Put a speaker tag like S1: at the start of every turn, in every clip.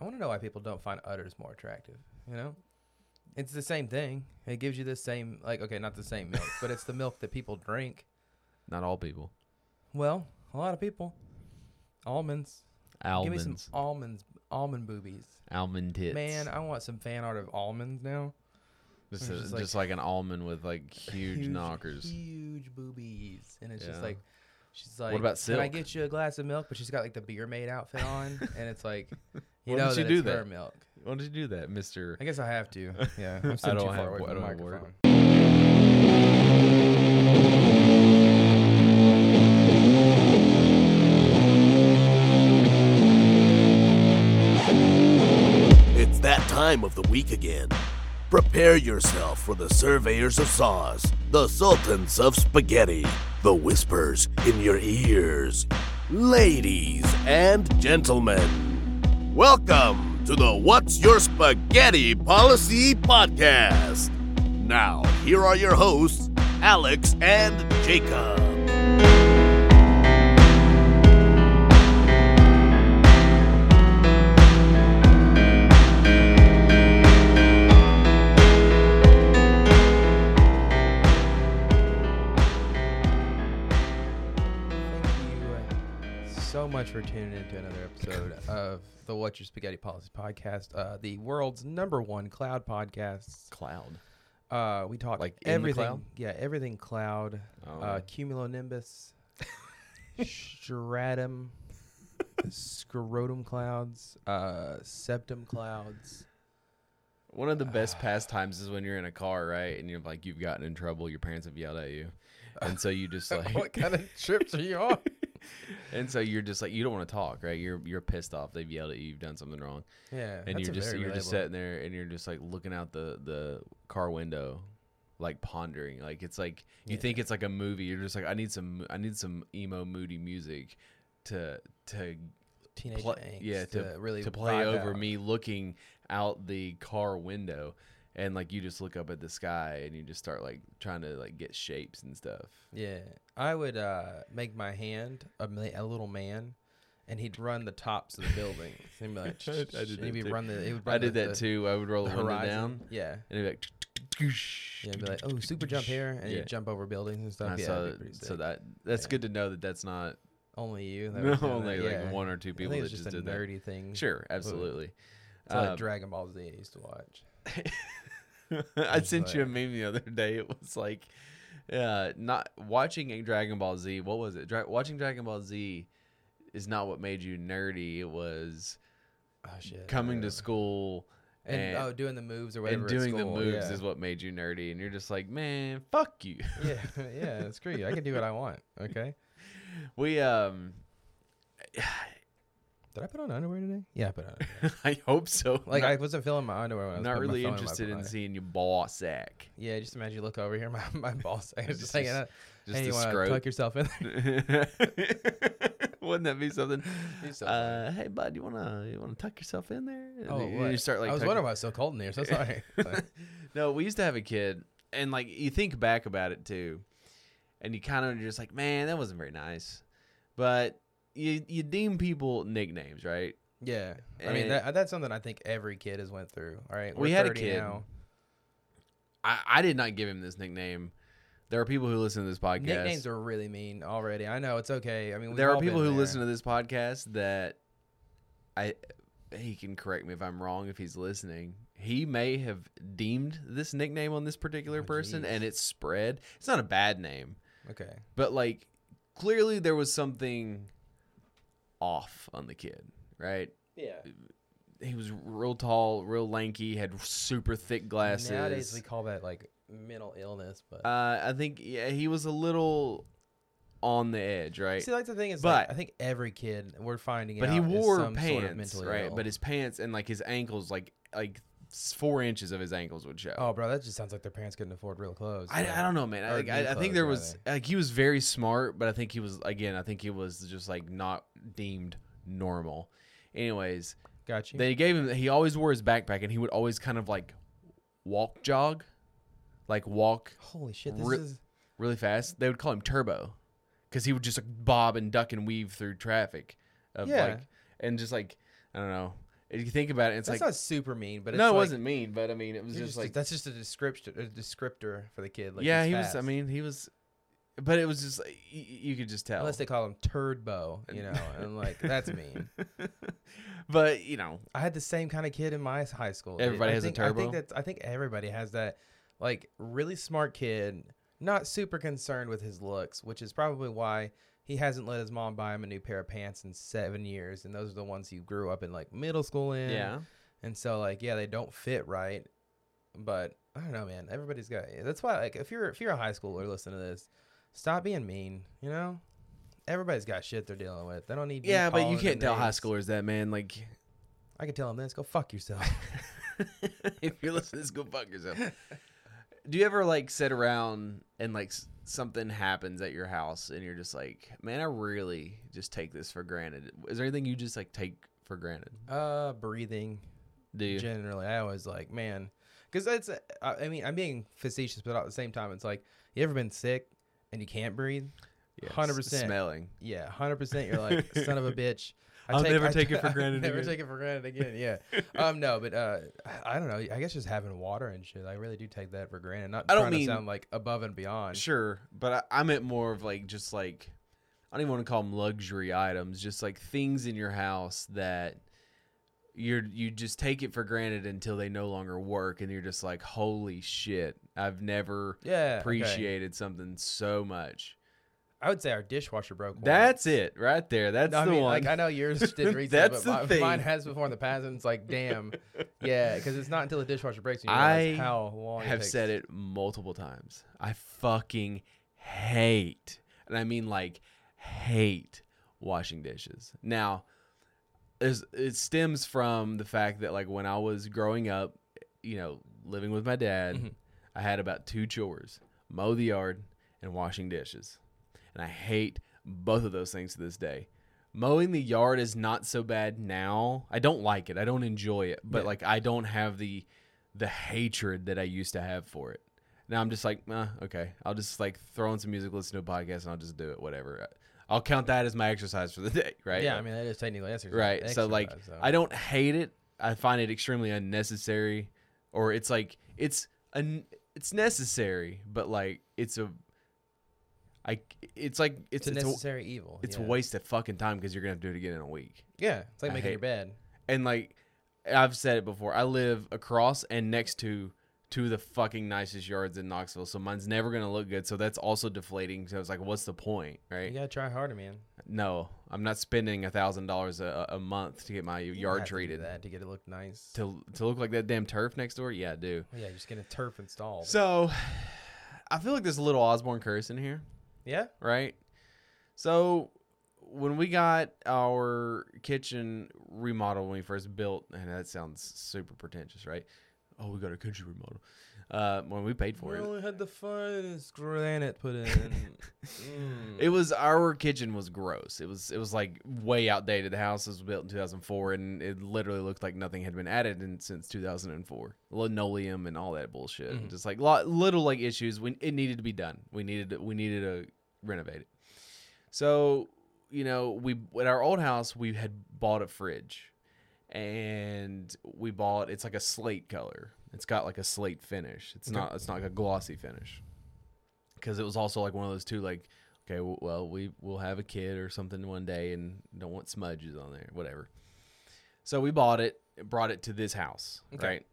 S1: I want to know why people don't find udders more attractive. You know, it's the same thing. It gives you the same, like, okay, not the same milk, but it's the milk that people drink.
S2: Not all people.
S1: Well, a lot of people. Almonds.
S2: Almonds.
S1: Give me some almonds. Almond boobies.
S2: almond tits.
S1: Man, I want some fan art of almonds now.
S2: just,
S1: it's
S2: a-
S1: just
S2: just
S1: like-
S2: like, an almond with like huge, knockers.
S1: Huge boobies. And it's just
S2: Yeah.
S1: like, she's like,
S2: What about
S1: Can I
S2: Silk?
S1: get you a glass of milk? But she's got like the beer maid outfit on. and it's like, you
S2: Why
S1: know,
S2: don't you
S1: that
S2: do
S1: it's her
S2: that?
S1: milk.
S2: Why don't you do that, Mister?
S1: I guess I have to. Yeah.
S2: I
S1: I'm sitting too
S2: don't
S1: far
S2: have
S1: away
S2: wo-
S1: from the
S2: I don't have word.
S1: microphone.
S3: It's that time of the week again. Prepare yourself for the surveyors of saws, the sultans of spaghetti, the whispers in your ears. Ladies and gentlemen, welcome to the What's Your Spaghetti Policy Podcast. Now, here are your hosts, Alex and Jacob.
S1: Thank you uh, so much for tuning in to another episode of the What's Your Spaghetti Policy podcast, uh, the world's number one cloud podcast.
S2: Cloud.
S1: Uh, we talk
S2: Like in the
S1: everything,
S2: cloud?
S1: yeah, everything cloud, uh,
S2: Oh.
S1: cumulonimbus, stratum, scrotum clouds, uh, septum clouds.
S2: One of the best pastimes is when you're in a car, right? And you're like, you've gotten in trouble. Your parents have yelled at you, and so you just like,
S1: what kind of trips are you on?
S2: and so you're just like, you don't want to talk, right? You're you're pissed off. They've yelled at you. You've done something wrong,
S1: Yeah,
S2: and
S1: that's
S2: you're
S1: a
S2: just
S1: very
S2: you're just
S1: relatable-
S2: sitting there, and you're just like looking out the the car window, like pondering. Like it's like you
S1: Yeah.
S2: think it's like a movie. You're just like, I need some I need some emo moody music to to
S1: teenage
S2: pla-
S1: angst
S2: yeah to,
S1: really
S2: to play
S1: vibe
S2: over
S1: out.
S2: me looking out the car window and like you just look up at the sky and you just start like trying to like get shapes and stuff
S1: Yeah, I would uh, make my hand a, ma- a little man, and he'd run the tops of the building. And be like,
S2: I- I
S1: and
S2: did that
S1: he'd be
S2: too.
S1: run the. He would run
S2: i did
S1: the,
S2: that
S1: the,
S2: too i would roll
S1: The
S2: the window
S1: horizon.
S2: down
S1: Yeah,
S2: and it'd be like
S1: yeah. It'd be like, oh, super jump here, and
S2: Yeah.
S1: he'd jump over buildings and stuff.
S2: And I
S1: yeah,
S2: saw
S1: that'd be
S2: that-
S1: pretty
S2: so
S1: sick.
S2: that that's
S1: Yeah.
S2: good to know that that's not
S1: only you. That
S2: no,
S1: was doing
S2: only
S1: that.
S2: like
S1: yeah.
S2: one or two
S1: I
S2: people
S1: think it's
S2: that just,
S1: just a
S2: did that.
S1: nerdy thing.
S2: Sure, absolutely.
S1: It's like
S2: Uh,
S1: Dragon Ball Z. I used to watch.
S2: I
S1: It's
S2: sent you a
S1: like-
S2: meme the other day. It was like, uh, not watching a Dragon Ball Z. What was it? Dra- watching Dragon Ball Z is not what made you nerdy. It was
S1: Oh shit.
S2: coming to
S1: whatever.
S2: school
S1: and,
S2: and-
S1: oh, doing the moves or whatever.
S2: and
S1: at
S2: doing the
S1: school,
S2: moves
S1: yeah.
S2: is what made you nerdy. And you're just like, man, fuck you.
S1: yeah, yeah. Screw you. I can do what I want. Okay.
S2: we um,
S1: Did I put on underwear today? Yeah, I put on. Underwear.
S2: I hope so.
S1: Like
S2: not,
S1: I wasn't feeling my underwear when I was
S2: not
S1: putting my
S2: really
S1: phone my
S2: interested in
S1: pocket.
S2: seeing your ball sack.
S1: Yeah, just imagine you look over here, my my ball sack is
S2: Just-
S1: just hanging
S2: just-
S1: out.
S2: Just
S1: hey,
S2: the
S1: you want to
S2: scrote.
S1: tuck yourself in there?
S2: Wouldn't that be something?
S1: Be so
S2: uh, hey, bud, you wanna you wanna tuck yourself in there? And
S1: Oh,
S2: you,
S1: what?
S2: you start like.
S1: I was
S2: tucking-
S1: wondering why it's so cold in here. So sorry. But
S2: No, we used to have a kid, and like you think back about it too, and you kind of just like, man, that wasn't very nice, but you you deem people nicknames, right?
S1: yeah, I mean
S2: And-
S1: that, that's something I think every kid has went through. All right,
S2: We
S1: we're
S2: had a
S1: 30
S2: kid.
S1: Now.
S2: I I did not give him this nickname. There are people who listen to this podcast.
S1: Nicknames are really mean already. I know it's okay. I mean, we've
S2: there are
S1: all
S2: people
S1: been
S2: who
S1: there.
S2: listen to this podcast that I he can correct me if I'm wrong if he's listening. He may have deemed this nickname on this particular
S1: Oh,
S2: person
S1: jeez.
S2: and it's spread. It's not a bad name,
S1: Okay,
S2: but like clearly there was something off on the kid, right?
S1: yeah.
S2: He was real tall, real lanky, had super thick glasses.
S1: Nowadays we call that like mental illness, but
S2: uh, I think yeah, he was a little on the edge, right?
S1: see, like the thing is, like, I
S2: but-
S1: think every kid we're finding
S2: but
S1: out
S2: he
S1: is
S2: wore
S1: some
S2: pants,
S1: sort of mentally
S2: right?
S1: ill.
S2: But his pants and like his ankles, like like s- four inches of his ankles would show.
S1: oh, bro, that just sounds like their parents couldn't afford real clothes.
S2: I,
S1: but-
S2: I don't know, man. I,
S1: Or
S2: like,
S1: new
S2: I, I think
S1: clothes,
S2: there was
S1: rather.
S2: like he was very smart, but I think he was again. I think he was just like not deemed normal. Anyways,
S1: Got you.
S2: they gave him. He always wore his backpack, and he would always kind of like walk jog, like walk
S1: Holy shit! This
S2: Re-
S1: is
S2: really fast. They would call him Turbo, because he would just like, bob and duck and weave through traffic, of
S1: Yeah.
S2: like and just like I don't know. If you think about it, it's
S1: That's
S2: like
S1: not super mean, but it's
S2: no, it
S1: like,
S2: wasn't mean, but I mean, it was
S1: you're
S2: just,
S1: just-
S2: like
S1: that's just a descriptor, a descriptor for the kid. Like
S2: yeah,
S1: he's
S2: he was. I
S1: fast.
S2: mean, he was, but it was just like, y- y- you could just tell.
S1: unless they call him Turdbo, you know, and I'm like that's mean.
S2: but you know,
S1: I had the same kind of kid in my high school. dude.
S2: Everybody
S1: I
S2: has a
S1: think, I
S2: turbo?
S1: think that's, I think everybody has that. Like really smart kid, not super concerned with his looks, which is probably why he hasn't let his mom buy him a new pair of pants in seven years, and those are the ones he grew up in like middle school in.
S2: yeah,
S1: And so like yeah, they don't fit right. But I don't know, man. Everybody's got that's why like if you're if you're a high schooler listening to this, stop being mean, you know? Everybody's got shit they're dealing with. They don't need
S2: yeah, but you
S1: calling them
S2: can't tell high
S1: names.
S2: schoolers that, man. Like,
S1: I can tell them this, go fuck yourself.
S2: if you're listening, to this, go fuck yourself. Do you ever like sit around and like s- something happens at your house and you're just like, man, I really just take this for granted. Is there anything you just like take for granted?
S1: uh breathing
S2: Do you?
S1: generally. I always like, man, cuz that's I I mean, I'm being facetious, but at the same time it's like you ever been sick and you can't breathe?
S2: Yeah, s-
S1: 100%.
S2: smelling.
S1: Yeah, hundred percent. You're like son of a bitch.
S2: I'll never take it for granted
S1: Never
S2: again.
S1: take it for granted again. Yeah. um. No, but uh, I- I don't know. I guess just having water and shit. I really do take that for granted. Not
S2: I don't
S1: trying
S2: mean-
S1: to sound like above and beyond.
S2: Sure, but I, I meant more of like just like I don't even want to call them luxury items, just like things in your house that you're you just take it for granted until they no longer work, and you're just like, holy shit, I've never
S1: Yeah. okay.
S2: appreciated something so much.
S1: I would say our dishwasher broke. once.
S2: That's it right there. That's
S1: No, I
S2: the
S1: mean,
S2: one.
S1: like I know yours did recently,
S2: That's
S1: but
S2: the
S1: mi-
S2: thing.
S1: mine has before in the past, and it's like, damn, yeah, because it's not until the dishwasher breaks and you
S2: I
S1: realize how long it
S2: have
S1: takes.
S2: said it multiple times. I fucking hate, and I mean like hate washing dishes. Now, is- it stems from the fact that like when I was growing up, you know, living with my dad,
S1: Mhm.
S2: I had about two chores: mow the yard and washing dishes. And I hate both of those things to this day. Mowing the yard is not so bad now. I don't like it. I don't enjoy it, but
S1: Yeah.
S2: like I don't have the the hatred that I used to have for it. Now I'm just like, uh, okay, I'll just like throw on some music, listen to a podcast, and I'll just do it. Whatever. I'll count that as my exercise for the day, right?
S1: Yeah, I mean that is technically exercise.
S2: right. so like,
S1: exercise, so.
S2: I don't hate it. I find it extremely unnecessary, or it's like it's an it's necessary, but like it's a, I it's like
S1: it's
S2: it's
S1: a
S2: it's a,
S1: necessary evil.
S2: it's a
S1: yeah.
S2: waste of fucking time because you're gonna have to do it again in a week.
S1: Yeah, it's like
S2: I
S1: making your
S2: hate-
S1: bed.
S2: And like I've said it before, I live across and next to two of the fucking nicest yards in Knoxville, so mine's never gonna look good. So that's also deflating. So it's like, what's the point, right?
S1: You gotta try harder, man.
S2: No, I'm not spending a thousand dollars a a month to get my
S1: You don't
S2: yard
S1: have to do
S2: treated.
S1: that to get it look nice.
S2: to to look like that damn turf next door? Yeah, I do.
S1: Well, Oh, yeah, you're just gonna turf install.
S2: So I feel like there's a little Osborne curse in here,
S1: yeah,
S2: right? So when we got our kitchen remodeled when we first built, and that sounds super pretentious, right? Oh, we got a kitchen remodel. Uh, when we paid for it,
S1: had the finest granite put in. Mm.
S2: It was our kitchen was gross. It was it was like way outdated. The house was built in 2004, and it literally looked like nothing had been added in since 2004. Linoleum and all that bullshit.
S1: Mhm.
S2: Just like lot, little like issues. We it needed to be done. We needed we needed to renovate it. So you know we at our old house we had bought a fridge, and we bought it's like a slate color. It's got like a slate finish. It's
S1: Okay.
S2: not it's not like a glossy finish. Because it was also like one of those two like okay, w- well, we will have a kid or something one day and don't want smudges on there, whatever. So we bought it, brought it to this house,
S1: Okay.
S2: right?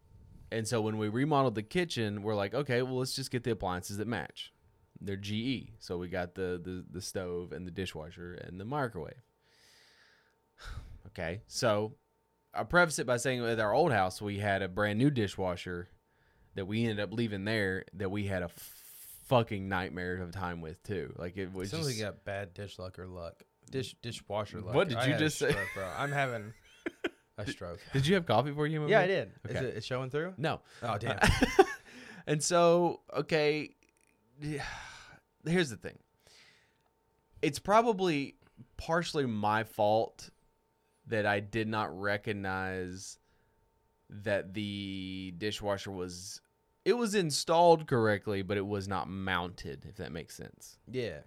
S2: And so when we remodeled the kitchen, we're like, okay, well, let's just get the appliances that match. They're GE, so we got the the, the stove and the dishwasher and the microwave. okay, so I preface it by saying at our old house we had a brand new dishwasher that we ended up leaving there that we had a fucking nightmare of a time with too. Like it was
S1: Sounds like
S2: just,
S1: you got bad dish luck or luck. Dish dishwasher luck.
S2: What did
S1: I
S2: you
S1: had a
S2: just say?
S1: stroke, bro? I'm having a stroke.
S2: Did you have coffee before you? came
S1: yeah,
S2: over?
S1: I did. Is
S2: Okay.
S1: it it's showing through?
S2: No. Uh,
S1: Oh damn.
S2: and so, okay, here's the thing. It's probably partially my fault that I did not recognize that the dishwasher was it was installed correctly, but it was not mounted, if that makes sense.
S1: yeah.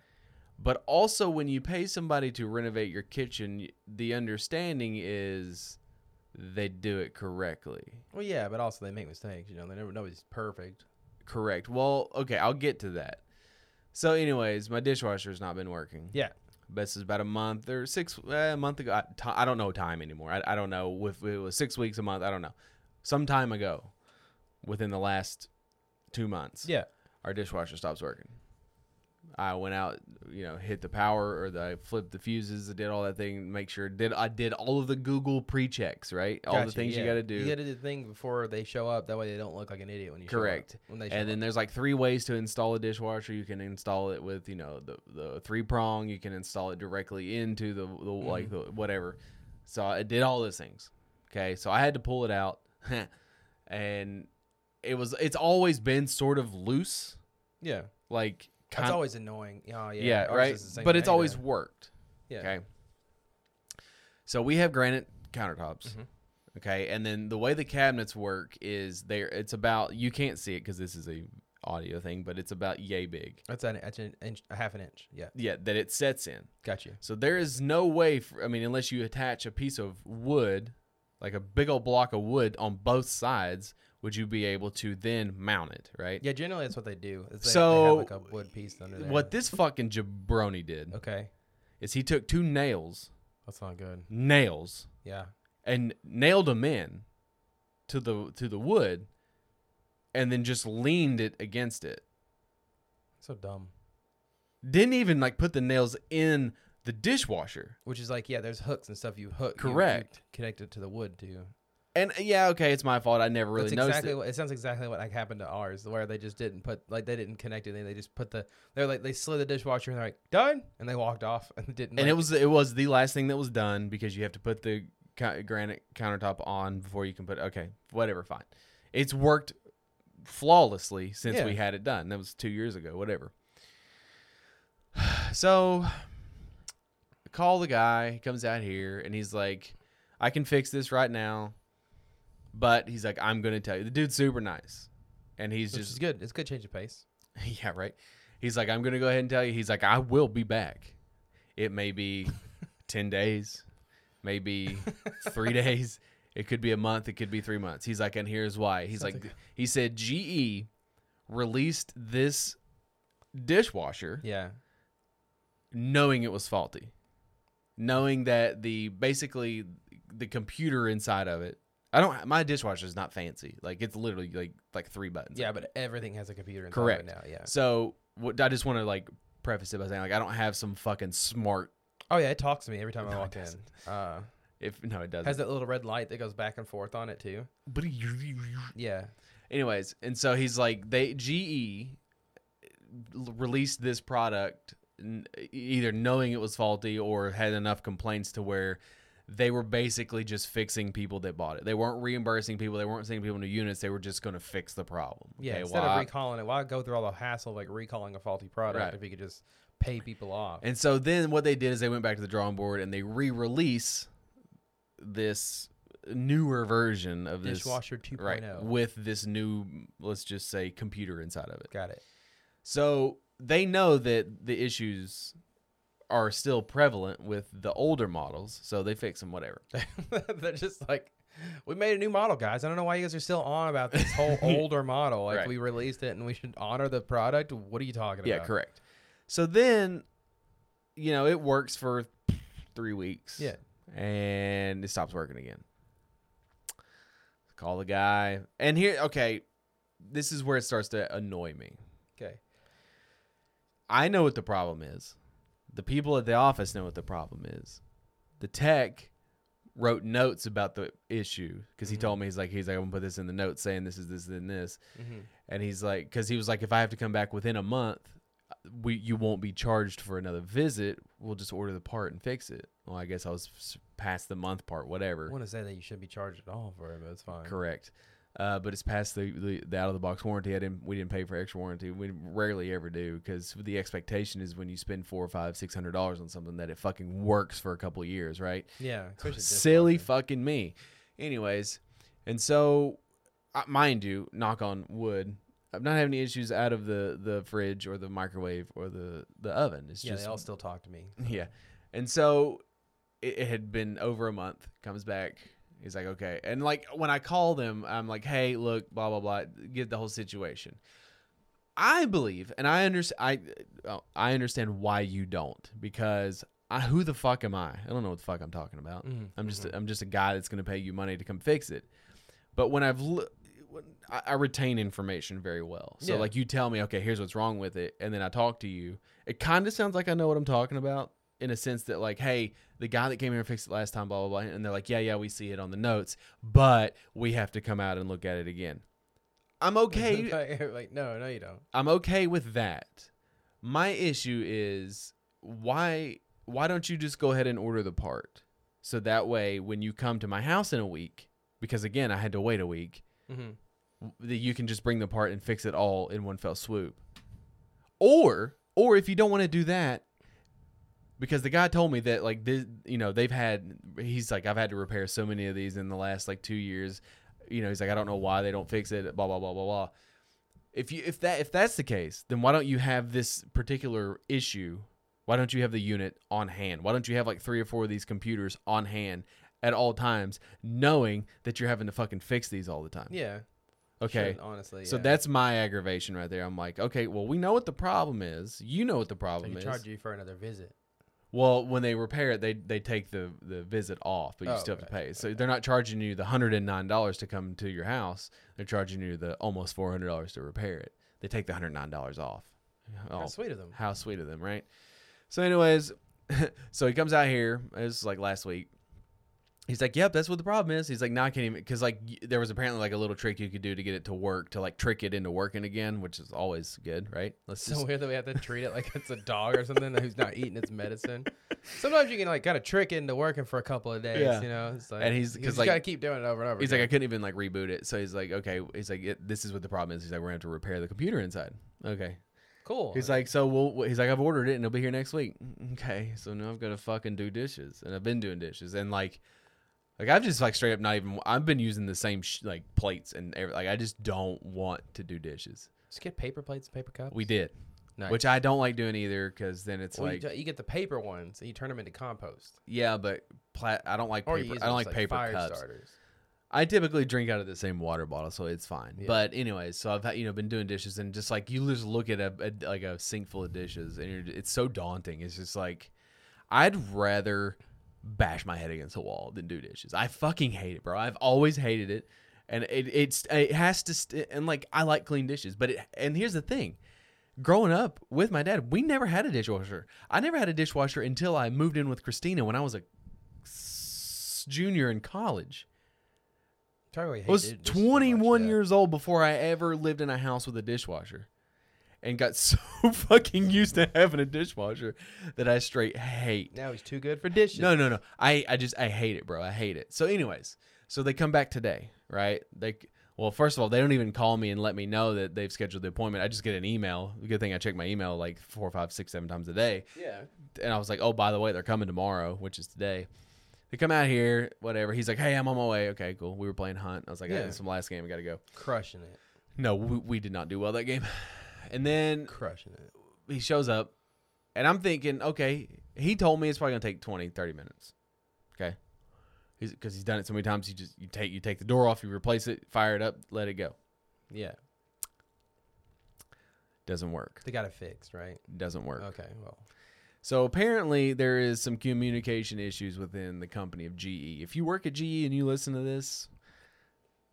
S2: But also, when you pay somebody to renovate your kitchen, y- the understanding is they do it correctly.
S1: Well, yeah, but also they make mistakes. You know, they never nobody's perfect.
S2: Correct. Well, okay, I'll get to that. So, anyways, my dishwasher's not been working.
S1: Yeah.
S2: This is about a month or six eh, a month ago. I, ti- I don't know time anymore. I, I don't know if it was six weeks a month. I don't know. Some time ago, within the last two months,
S1: Yeah.
S2: our dishwasher stops working. I went out, you know, hit the power or the I flipped the fuses. I did all that thing. Make sure did I did all of the Google pre checks right? all the
S1: Gotcha,
S2: things you
S1: yeah.
S2: got to do.
S1: You got to do the thing before they show up. That way they don't look like an idiot when you show up-
S2: Correct.
S1: when they show
S2: and then there's like three ways to install a dishwasher. You can install it with you know the the three prong. You can install it directly into the the
S1: Mm-hmm.
S2: like the whatever. So I did all those things. Okay, so I had to pull it out, and it was it's always been sort of loose,
S1: yeah,
S2: like
S1: that's
S2: kind
S1: always annoying. Oh, yeah,
S2: yeah,
S1: ours
S2: right.
S1: is the same
S2: But it's
S1: thing,
S2: always
S1: yeah.
S2: worked.
S1: yeah.
S2: Okay. So we have granite countertops.
S1: Mm-hmm.
S2: Okay, and then the way the cabinets work is there. It's about you can't see it because this is a audio thing, but it's about yay big.
S1: That's an, that's an inch, a half an inch. Yeah,
S2: Yeah, that it sets in.
S1: got you.
S2: So there is no way. For, I mean, unless you attach a piece of wood, like a big old block of wood on both sides, would you be able to then mount it? Right.
S1: Yeah, generally that's what they do. is they- they,
S2: So,
S1: have like a wood piece under there.
S2: What this fucking jabroni did
S1: Okay,
S2: is he took two nails,
S1: that's not good.
S2: nails,
S1: Yeah,
S2: and nailed them in to the to the wood and then just leaned it against it
S1: so dumb.
S2: didn't even like put the nails in the dishwasher
S1: Which is like, yeah, there's hooks and stuff you hook. you- you
S2: Correct.
S1: connect it to the wood too.
S2: and uh, yeah okay it's my fault i never really
S1: That's
S2: noticed
S1: exactly
S2: it
S1: what it sounds exactly what like happened to ours, where they just didn't put like they didn't connect anything. They just put the they're like they slid the dishwasher and they're like done, and they walked off and didn't.
S2: and
S1: like-
S2: it was it was the last thing that was done because you have to put the co- granite countertop on before you can put okay whatever fine it's worked flawlessly since
S1: Yeah.
S2: we had it done that was two years ago whatever so call the guy he comes out here and he's like i can fix this right now but he's like i'm gonna tell you the dude's super nice and he's
S1: which
S2: just
S1: is good. It's a good change of pace.
S2: yeah, right. He's like, I'm gonna go ahead and tell you. He's like, I will be back. It may be ten days, maybe three days. It could be a month. It could be three months. He's like, and here's why. He's
S1: Sounds
S2: like, he said GE released this dishwasher
S1: Yeah,
S2: knowing it was faulty, knowing that the basically the computer inside of it. I don't. My dishwasher is not fancy. Like it's literally like like three buttons.
S1: yeah, but everything has a computer. Inside
S2: Correct.
S1: Right now, yeah.
S2: So what, I just want to like preface it by saying like I don't have some fucking smart.
S1: Oh yeah, it talks to me every time I
S2: No, it
S1: walk in.
S2: doesn't.
S1: Uh,
S2: If no, it doesn't.
S1: has that little red light that goes back and forth on it too. Yeah,
S2: Anyways, and so he's like, they GE released this product n- e, either knowing it was faulty or had enough complaints to where they were basically just fixing people that bought it. They weren't reimbursing people. They weren't sending people new units. They were just going to fix the problem.
S1: yeah.
S2: Okay,
S1: instead
S2: why-
S1: of recalling it, why go through all the hassle of like recalling a faulty product
S2: Right.
S1: if you could just pay people off?
S2: And so then what they did is they went back to the drawing board and they re-release this newer version of this
S1: Dishwasher oh. 2.0.
S2: right with this new let's just say computer inside of it.
S1: Got it.
S2: So they know that the issues are still prevalent with the older models, so they fix them whatever.
S1: They're just like, we made a new model, guys. I don't know why you guys are still on about this whole older model. Like
S2: Right.
S1: we released it and we should honor the product. What are you talking
S2: Yeah,
S1: about?
S2: correct. So then you know, it works for 3 weeks.
S1: Yeah.
S2: and it stops working again. Call the guy. And here, okay, this is where it starts to annoy me.
S1: Okay.
S2: I know what the problem is. The people at the office know what the problem is. The tech wrote notes about the issue because he told me he's like he's like I'm gonna put this in the notes saying this is this and this, and he's like because he was like if I have to come back within a month, we you won't be charged for another visit. We'll just order the part and fix it. Well, I guess I was s- past the month part,
S1: I
S2: whatever.
S1: want to say that you shouldn't be charged at all for it, but it's fine.
S2: Correct. Uh, but it's past the, the, the out of the box warranty. I didn't. We didn't pay for extra warranty. We rarely ever do because the expectation is when you spend four or five, six hundred dollars on something that it fucking works for a couple of years, right?
S1: Yeah. especially
S2: Silly
S1: dishwasher.
S2: fucking me. Anyways, and so, uh, mind you, knock on wood. I'm not having any issues out of the the fridge or the microwave or the the oven. It's
S1: Yeah,
S2: just
S1: they all still talk to me.
S2: yeah. And so it, it had been over a month, comes back, He's like, okay. And like when I call them, I'm like, hey, look, blah blah blah, give the whole situation. I believe, and I understand, I uh, I understand why you don't because I who the fuck am I? I don't know what the fuck I'm talking about.
S1: Mhm,
S2: I'm just I'm just a guy that's gonna pay you money to come fix it. But when I've l- when I, I retain information very well, so
S1: Yeah.
S2: like you tell me, okay, here's what's wrong with it, and then I talk to you. It kind of sounds like I know what I'm talking about in a sense that like, hey, the guy that came here and fixed it last time, blah blah blah, and they're like, yeah, yeah, we see it on the notes, but we have to come out and look at it again. I'm okay.
S1: Like, like, no, no, you don't.
S2: I'm okay with that. My issue is why why don't you just go ahead and order the part? So that way when you come to my house in a week, because again, I had to wait a week,
S1: hmm
S2: w- that you can just bring the part and fix it all in one fell swoop. Or or if you don't want to do that because the guy told me that like this, you know, they've had he's like I've had to repair so many of these in the last like 2 years. You know, he's like I don't know why they don't fix it blah blah blah blah blah. If you if that if that's the case, then why don't you have this particular issue? Why don't you have the unit on hand? Why don't you have like 3 or 4 of these computers on hand? At all times, knowing that you're having to fucking fix these all the time.
S1: Yeah.
S2: Okay.
S1: shouldn't, honestly.
S2: So
S1: yeah.
S2: that's my aggravation right there. I'm like, okay, well, we know what the problem is. You know what the
S1: So
S2: problem
S1: he
S2: is.
S1: charged you for another visit.
S2: Well, when they repair it, they they take the the visit off, but you
S1: Oh,
S2: still have to
S1: right,
S2: pay. So they're not charging you the hundred and nine dollars to come to your house. They're charging you the almost four hundred dollars to repair it. They take the hundred nine dollars off.
S1: How
S2: Oh,
S1: sweet of them.
S2: how sweet of them, right? So, anyways, so he comes out here. It was like last week. He's like, "Yep, that's what the problem is." He's like, "No, I can't even," because like y- there was apparently like a little trick you could do to get it to work, to like trick it into working again, which is always good, right? Let's
S1: so
S2: just
S1: weird that we have to treat it like it's a dog or something who's not eating its medicine. Sometimes you can like kind of trick it into working for a couple of days,
S2: Yeah.
S1: you know. It's like,
S2: And he's-
S1: you
S2: 'cause,
S1: just
S2: like-
S1: gotta keep doing it over and over.
S2: He's like, I couldn't even like reboot it. So he's like, okay. He's like, "It- this is what the problem is. He's like, we're gonna have to repair the computer inside. Okay.
S1: cool.
S2: He's like, so we'll. He's like, I've ordered it and it'll be here next week. Okay. So now I've got to fucking do dishes, and I've been doing dishes, and like, like I've just like straight up not even. I've been using the same sh- like plates and every, like I just don't want to do dishes.
S1: just get paper plates and paper cups.
S2: We did,
S1: nice.
S2: which I don't like doing either, because then it's
S1: Well,
S2: like,
S1: you, ju- you get the paper ones and you turn them into compost.
S2: yeah, but pla- I don't like
S1: Or you
S2: paper.
S1: use
S2: I don't
S1: them
S2: like,
S1: as,
S2: paper
S1: fire
S2: cups.
S1: starters.
S2: I typically drink out of the same water bottle, so it's fine.
S1: Yeah.
S2: But anyway, so I've had, you know been doing dishes and just like you just look at a, a like a sink full of dishes and you're, it's so daunting. It's just like I'd rather bash my head against a wall than do dishes. I fucking hate it, bro. I've always hated it, and it it's it has to st- and like I like clean dishes, but it, and here's the thing. Growing up with my dad, we never had a dishwasher. I never had a dishwasher until I moved in with Christina when I was a s- junior in college.
S1: Tell me why you
S2: I
S1: hate
S2: was
S1: dude dishes so much,
S2: 21
S1: yeah.
S2: years old before I ever lived in a house with a dishwasher and got so fucking used to having a dishwasher that I straight hate.
S1: Now he's too good for dishes.
S2: No, no, no. I, I just, I hate it, bro. I hate it. So, anyways, so they come back today, right? They, well, first of all, they don't even call me and let me know that they've scheduled the appointment. I just get an email. Good thing I check my email like four, five, six, seven times a day
S1: Yeah.
S2: and I was like, oh, by the way, they're coming tomorrow, which is today. They come out here, whatever. He's like, hey, I'm on my way. Okay, cool. We were playing Hunt. I was like, yeah.
S1: Yeah.
S2: this is my last game. I got to go.
S1: Crushing it.
S2: No, we, we did not do well that game. And then
S1: Crushing it.
S2: he shows up, and I'm thinking, okay, he told me it's probably going to take 20, 30 minutes. Okay. Because he's done it so many times, you just you take you take the door off, you replace it, fire it up, let it go.
S1: Yeah.
S2: Doesn't work.
S1: They got it fixed, right?
S2: Doesn't work.
S1: Okay. Well,
S2: So apparently there is some communication issues within the company of GE. If you work at GE and you listen to this,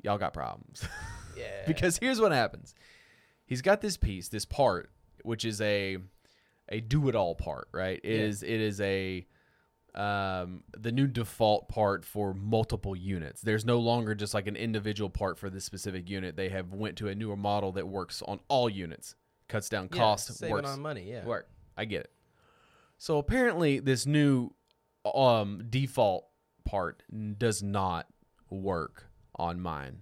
S2: y'all got problems.
S1: yeah.
S2: because here's what happens. He's got this piece, this part, which is a a do it all part, right? It
S1: Yeah.
S2: is it is a um, the new default part for multiple units. There's no longer just like an individual part for this specific unit. They have went to a newer model that works on all units, cuts down
S1: Yeah,
S2: cost,
S1: saving
S2: works
S1: on money. Yeah.
S2: Work. I get it. So apparently, this new um, default part n- does not work on mine.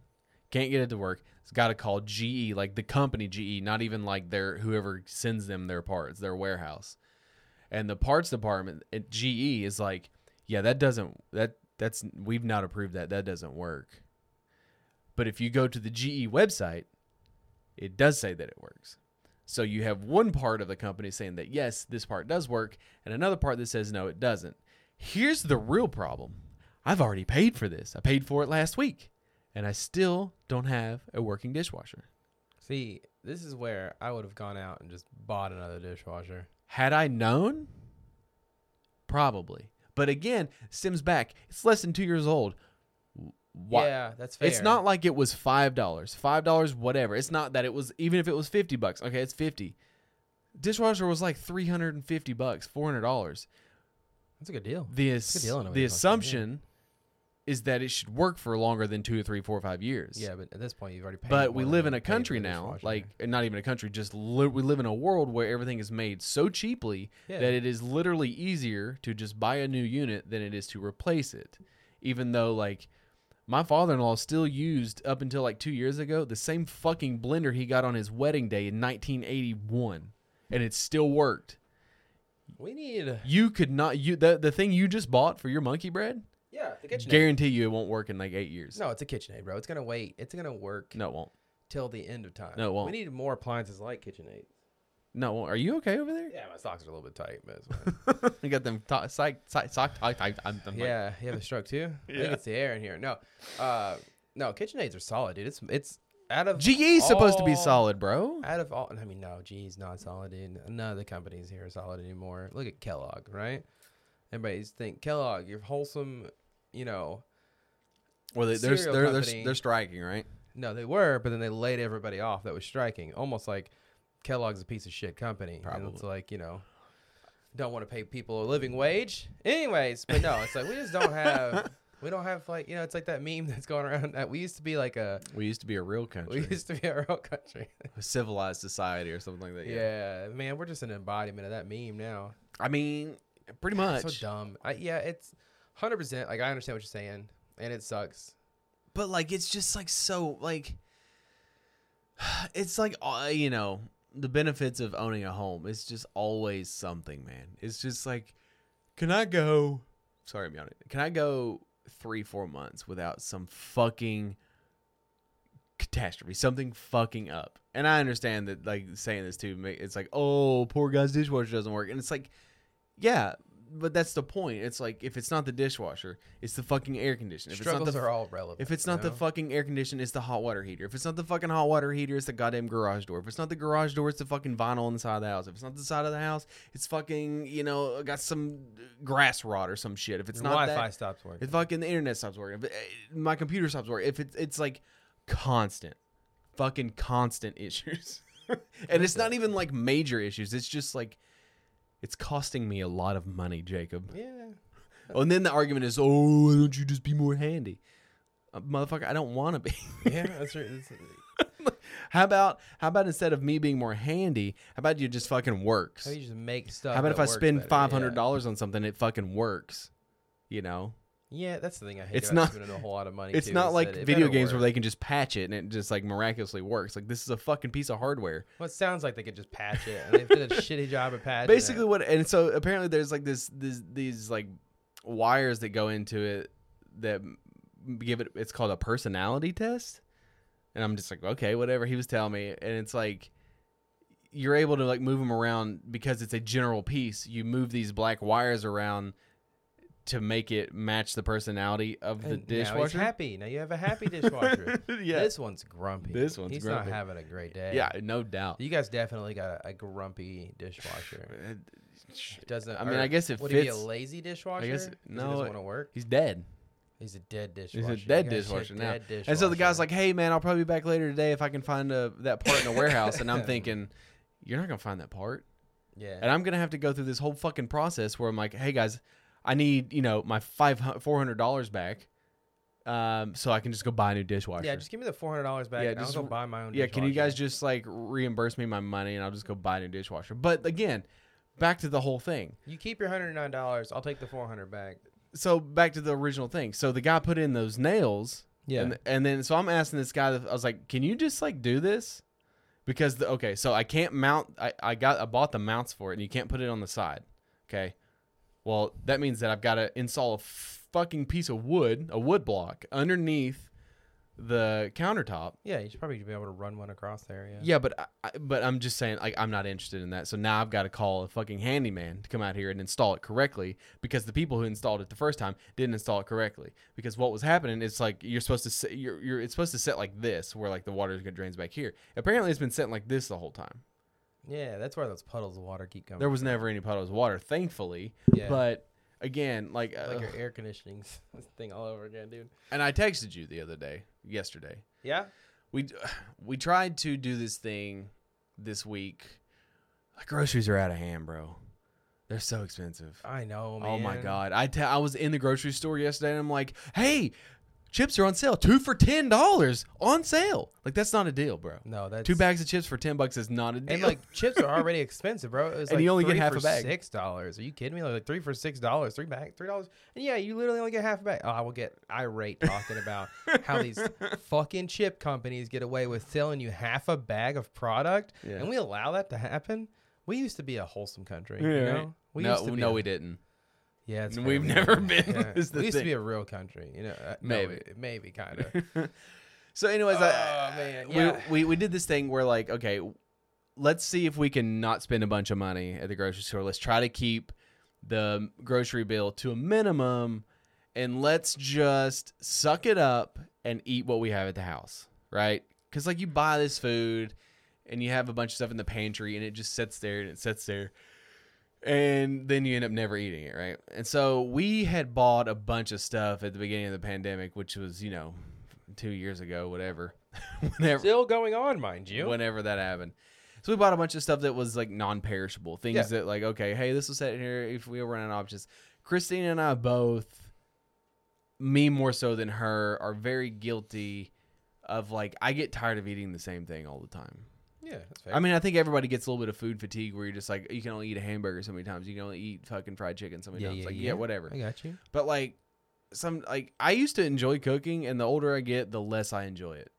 S2: Can't get it to work. It's got to call GE, like the company GE, not even like their whoever sends them their parts, their warehouse. And the parts department at GE is like, yeah, that doesn't that that's we've not approved that. That doesn't work. But if you go to the GE website, it does say that it works. So you have one part of the company saying that yes, this part does work, and another part that says no, it doesn't. Here's the real problem. I've already paid for this. I paid for it last week, and I still don't have a working dishwasher.
S1: See, this is where I would have gone out and just bought another dishwasher.
S2: Had I known, probably. But again, Sims back. It's less than two years old. Why?
S1: Yeah, that's fair.
S2: It's not like it was five dollars, five dollars, whatever. It's not that it was even if it was fifty bucks. Okay, it's fifty. Dishwasher was like three hundred and fifty bucks, four hundred dollars.
S1: That's a good deal.
S2: The ass-
S1: Good deal in a way,
S2: the
S1: that's what I'm saying,
S2: assumption is that it should work for longer than two or three, four or five years.
S1: Yeah, but at this point you've already paid.
S2: But
S1: more
S2: we
S1: than
S2: live
S1: you
S2: in a
S1: paid for the
S2: country now,
S1: dishwasher.
S2: like and not even a country, just li- we live in a world where everything is made so cheaply
S1: Yeah.
S2: that it is literally easier to just buy a new unit than it is to replace it. Even though, like, my father in law still used up until like two years ago the same fucking blender he got on his wedding day in 1981, and it still worked.
S1: we need.
S2: You could not you the the thing you just bought for your monkey bread.
S1: Yeah, the kitchen.
S2: Guarantee you it won't work in like eight years.
S1: No, it's a KitchenAid, bro. It's gonna wait. It's gonna work
S2: no, it won't.
S1: till the end of time.
S2: No, it won't.
S1: We need more appliances like KitchenAid.
S2: No, it won't. are you okay over there?
S1: Yeah, my socks are a little bit tight, but it's fine.
S2: you got them to- sock sock sock. I, I, I'm, I'm yeah.
S1: yeah, you have a stroke too. I
S2: Yeah.
S1: think it's the air in here. No, uh, no, KitchenAid's are solid, dude. It's it's out of
S2: GE E is supposed to be
S1: all-
S2: solid, bro.
S1: Out of all, I mean, no, GE's not solid, dude. None of the companies here are solid anymore. Look at Kellogg, right? Everybody's think Kellogg, you're wholesome, you know.
S2: Well, they, they're,
S1: cereal
S2: they're, they're
S1: company.
S2: they're striking, right?
S1: No, they were, but then they laid everybody off. That was striking, almost like Kellogg's a piece of shit company. and it's
S2: Probably.
S1: like you know, don't want to pay people a living wage. Anyways, but no, it's like we just don't have. We don't have like you know, it's like that meme that's going around that we used to be like a
S2: We used to be a real
S1: we
S2: country,
S1: used to be our own country.
S2: a civilized society, or something like that.
S1: Yeah, man, we're just an embodiment of that meme now.
S2: I mean, pretty much.
S1: So dumb. I, yeah, it's hundred percent. Like I understand what you're saying, and it sucks.
S2: but like, it's just like so like. It's like uh, you know the benefits of owning a home. It's just always something, man. It's just like, can I go? Sorry, I'm yawning. Can I go three, four months without some fucking catastrophe, something fucking up. And I understand that, like saying this too, ma- it's like, oh, poor guy's dishwasher doesn't work, and it's like, yeah, but that's the point. It's like if it's not the dishwasher, it's the fucking air conditioner. If
S1: Struggles
S2: it's not the
S1: are all relevant.
S2: if it's
S1: you
S2: not the
S1: know?
S2: fucking air conditioner, it's the hot water heater. If it's not the fucking hot water heater, it's the goddamn garage door. If it's not the garage door, it's the fucking vinyl on the side of the house. If it's not the side of the house, it's fucking you know got some grass rot or some shit. If it's
S1: Your
S2: not
S1: Wi-Fi
S2: that,
S1: stops working.
S2: if fucking the internet stops working, if uh, my computer stops working, if it's it's like constant, fucking constant issues, and it's not even like major issues. It's just like it's costing me a lot of money, Jacob.
S1: yeah.
S2: Oh, and then the argument is, oh, why don't you just be more handy, uh, motherfucker? I don't want to be.
S1: Yeah, that's right. That's,
S2: how about how about instead of me being more handy, how about you just fucking works?
S1: how you just make stuff.
S2: How about
S1: that
S2: if I
S1: works
S2: spend
S1: better?
S2: five hundred
S1: Yeah.
S2: dollars on something, it fucking works? You know.
S1: Yeah. that's the thing I hate.
S2: It's
S1: It's about
S2: not-
S1: not spending a whole lot of money.
S2: It's
S1: too,
S2: not
S1: is
S2: like
S1: that it
S2: video
S1: better
S2: games where
S1: work.
S2: they can just patch it and it just like miraculously works. Like this is a fucking piece of hardware.
S1: Well, it sounds like they could just patch it, and they did a shitty job of patching.
S2: Basically,
S1: it.
S2: what and so apparently there's like this, this these like wires that go into it that m- give it. It's called a personality test, and I'm just like, okay, whatever. He was telling me, and it's like you're able to like move them around because it's a general piece. You move these black wires around to make it match the personality of the
S1: And Now he's
S2: dishwasher.
S1: happy. Now you have a happy dishwasher.
S2: yeah,
S1: This one's grumpy.
S2: This one's
S1: he's
S2: grumpy.
S1: not having a great day.
S2: yeah, no doubt.
S1: You guys definitely got a, a grumpy dishwasher. It doesn't.
S2: I mean,
S1: or
S2: I guess it
S1: would he be a
S2: fits-
S1: lazy dishwasher?
S2: guess-
S1: 'Cause
S2: no,
S1: He doesn't
S2: it-
S1: want to work.
S2: He's dead.
S1: He's a dead
S2: He's
S1: dishwasher.
S2: a dead
S1: You guys
S2: dishwasher
S1: should
S2: now.
S1: dead
S2: And so the guy's
S1: dishwasher.
S2: like, "Hey man, I'll probably be back later today if I can find a, that part in a warehouse." And I'm thinking, "You're not gonna find that part."
S1: yeah,
S2: And I'm gonna have to go through this whole fucking process where I'm like, "Hey guys, I need you know my five four hundred dollars back, um, so I can just go buy a new dishwasher."
S1: yeah, just give me the four hundred dollars back.
S2: Yeah,
S1: and
S2: just
S1: I'll go
S2: re-
S1: buy my own.
S2: Yeah, can you guys
S1: dishwasher."
S2: just like reimburse me my money and I'll just go buy a new dishwasher? But again, back to the whole thing.
S1: You keep your hundred and nine dollars. I'll take the four hundred back.
S2: so back to the original thing. So the guy put in those nails.
S1: Yeah.
S2: And, and then so I'm asking this guy. I was like, "Can you just like do this?" Because the, okay, so I can't mount. I, I got I bought the mounts for it, and you can't put it on the side. Okay. Well, that means that I've got to install a fucking piece of wood, a wood block underneath the countertop.
S1: Yeah, you should probably be able to run one across there. Yeah.
S2: Yeah, but I, I- but I'm just saying, like, I'm not interested in that. So now I've got to call a fucking handyman to come out here and install it correctly because the people who installed it the first time didn't install it correctly. Because what was happening is like you're supposed to set, you're, you're it's supposed to set like this where like the water gonna drains back here. Apparently, it's been set like this the whole time.
S1: Yeah, that's where those puddles of water keep coming.
S2: There was never any puddles of water, thankfully.
S1: Yeah.
S2: But uh, again, like,
S1: from. like
S2: ugh.
S1: your air conditioning thing all over again, dude.
S2: and I texted you the other day, yesterday.
S1: Yeah.
S2: we we tried to do this thing this week. Like groceries are out of hand, bro. They're so expensive.
S1: I know, man.
S2: Oh my god! I ta- I was in the grocery store yesterday, and I'm like, hey. Chips are on sale, two for ten dollars on sale. Like that's not a deal, bro.
S1: No, that's
S2: Two bags of chips for ten bucks is not a deal.
S1: And like chips are already expensive, bro. It was
S2: And
S1: like
S2: you only get
S1: three
S2: half
S1: for
S2: a bag.
S1: Six dollars? Are you kidding me? Like three for six dollars, three bag, three dollars. And yeah, you literally only get half a bag. Oh, I will get irate talking about how these fucking chip companies get away with selling you half a bag of product,
S2: Yeah.
S1: and we allow that to happen. We used to be a wholesome country, you
S2: Yeah, right.
S1: know. We
S2: no,
S1: used to be
S2: no,
S1: a-
S2: we didn't.
S1: yeah, it's
S2: we've
S1: crazy.
S2: never been,
S1: Yeah.
S2: is the
S1: We used to
S2: thing.
S1: be a real country, you know. Uh, no,
S2: Maybe.
S1: we- maybe kind of.
S2: So, anyways, I,
S1: Oh, man,
S2: we-
S1: yeah.
S2: we, we did this thing where like, okay, let's see if we can not spend a bunch of money at the grocery store. Let's try to keep the um, grocery bill to a minimum, and let's just suck it up and eat what we have at the house, right? Because like you buy this food, and you have a bunch of stuff in the pantry, and it just sits there and it sits there. And then you end up never eating it, right? And so we had bought a bunch of stuff at the beginning of the pandemic, which was, you know, two years ago, whatever, whenever,
S1: Still going on, mind you.
S2: whenever that happened. So we bought a bunch of stuff that was like non-perishable things
S1: Yeah.
S2: that like, okay, hey, this will sit here if we run out of options. Christina and I both, me more so than her, are very guilty of like I get tired of eating the same thing all the time.
S1: yeah, that's fair.
S2: I mean, I think everybody gets a little bit of food fatigue where you're just like, you can only eat a hamburger so many times, you can only eat fucking fried chicken so many
S1: Yeah,
S2: times.
S1: yeah,
S2: like, yeah,
S1: yeah.
S2: whatever.
S1: I got you.
S2: But like some like I used to enjoy cooking, and the older I get, the less I enjoy it.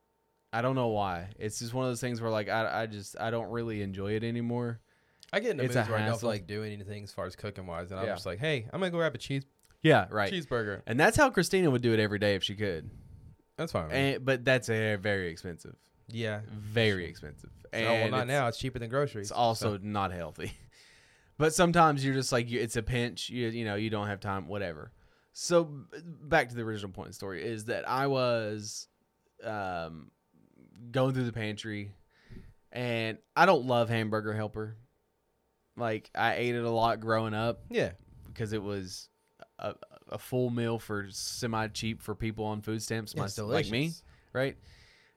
S2: I don't know why. It's just one of those things where like I I just I don't really enjoy it anymore.
S1: I get into
S2: It's
S1: moods
S2: a
S1: where I don't
S2: hassle.
S1: feel like doing anything as far as cooking wise, and I'm
S2: Yeah.
S1: just like, hey, I'm gonna go grab a cheese
S2: Yeah, right.
S1: cheeseburger.
S2: And that's how Christina would do it every day if she could.
S1: That's fine. with me.
S2: And, but that's a very expensive,
S1: yeah.
S2: very expensive.
S1: Oh
S2: And
S1: well, not
S2: it's-
S1: now. It's cheaper than groceries.
S2: It's also not healthy. But sometimes you're just like you, it's a pinch. You you know you don't have time. Whatever. So b- back to the original point of the story is that I was um, going through the pantry, and I don't love hamburger helper. Like I ate it a lot growing up
S1: yeah.
S2: because it was a, a full meal for semi cheap for people on food stamps,
S1: Yeah, it's
S2: my- like me,
S1: delicious.
S2: right?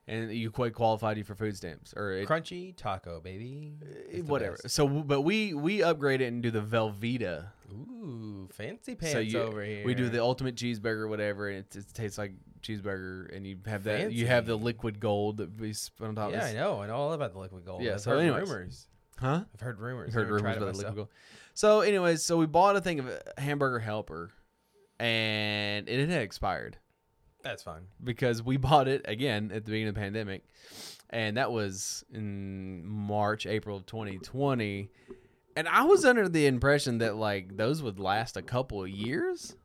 S2: And you quite qualified you for food stamps or it,
S1: Crunchy taco, baby. It's the
S2: Eh, whatever.
S1: best.
S2: So, but we we upgrade it and do the Velveeta.
S1: Ooh, fancy pants
S2: so you,
S1: over here.
S2: We do the ultimate cheeseburger, whatever, and it, it tastes like cheeseburger. And you have that. You have the
S1: Fancy.
S2: liquid gold that we spit on top.
S1: Yeah,
S2: of
S1: I
S2: this.
S1: know. I know all about the liquid gold.
S2: Yeah,
S1: I've
S2: so
S1: heard
S2: anyways.
S1: rumors.
S2: Huh?
S1: I've heard rumors.
S2: I've heard
S1: Never tried
S2: rumors
S1: it
S2: about the liquid
S1: myself.
S2: gold. So, anyways, so we bought a thing of a hamburger helper, and it had expired
S1: That's fine.
S2: because we bought it again at the beginning of the pandemic, and that was in March, April of 2020. And I was under the impression that like those would last a couple of years,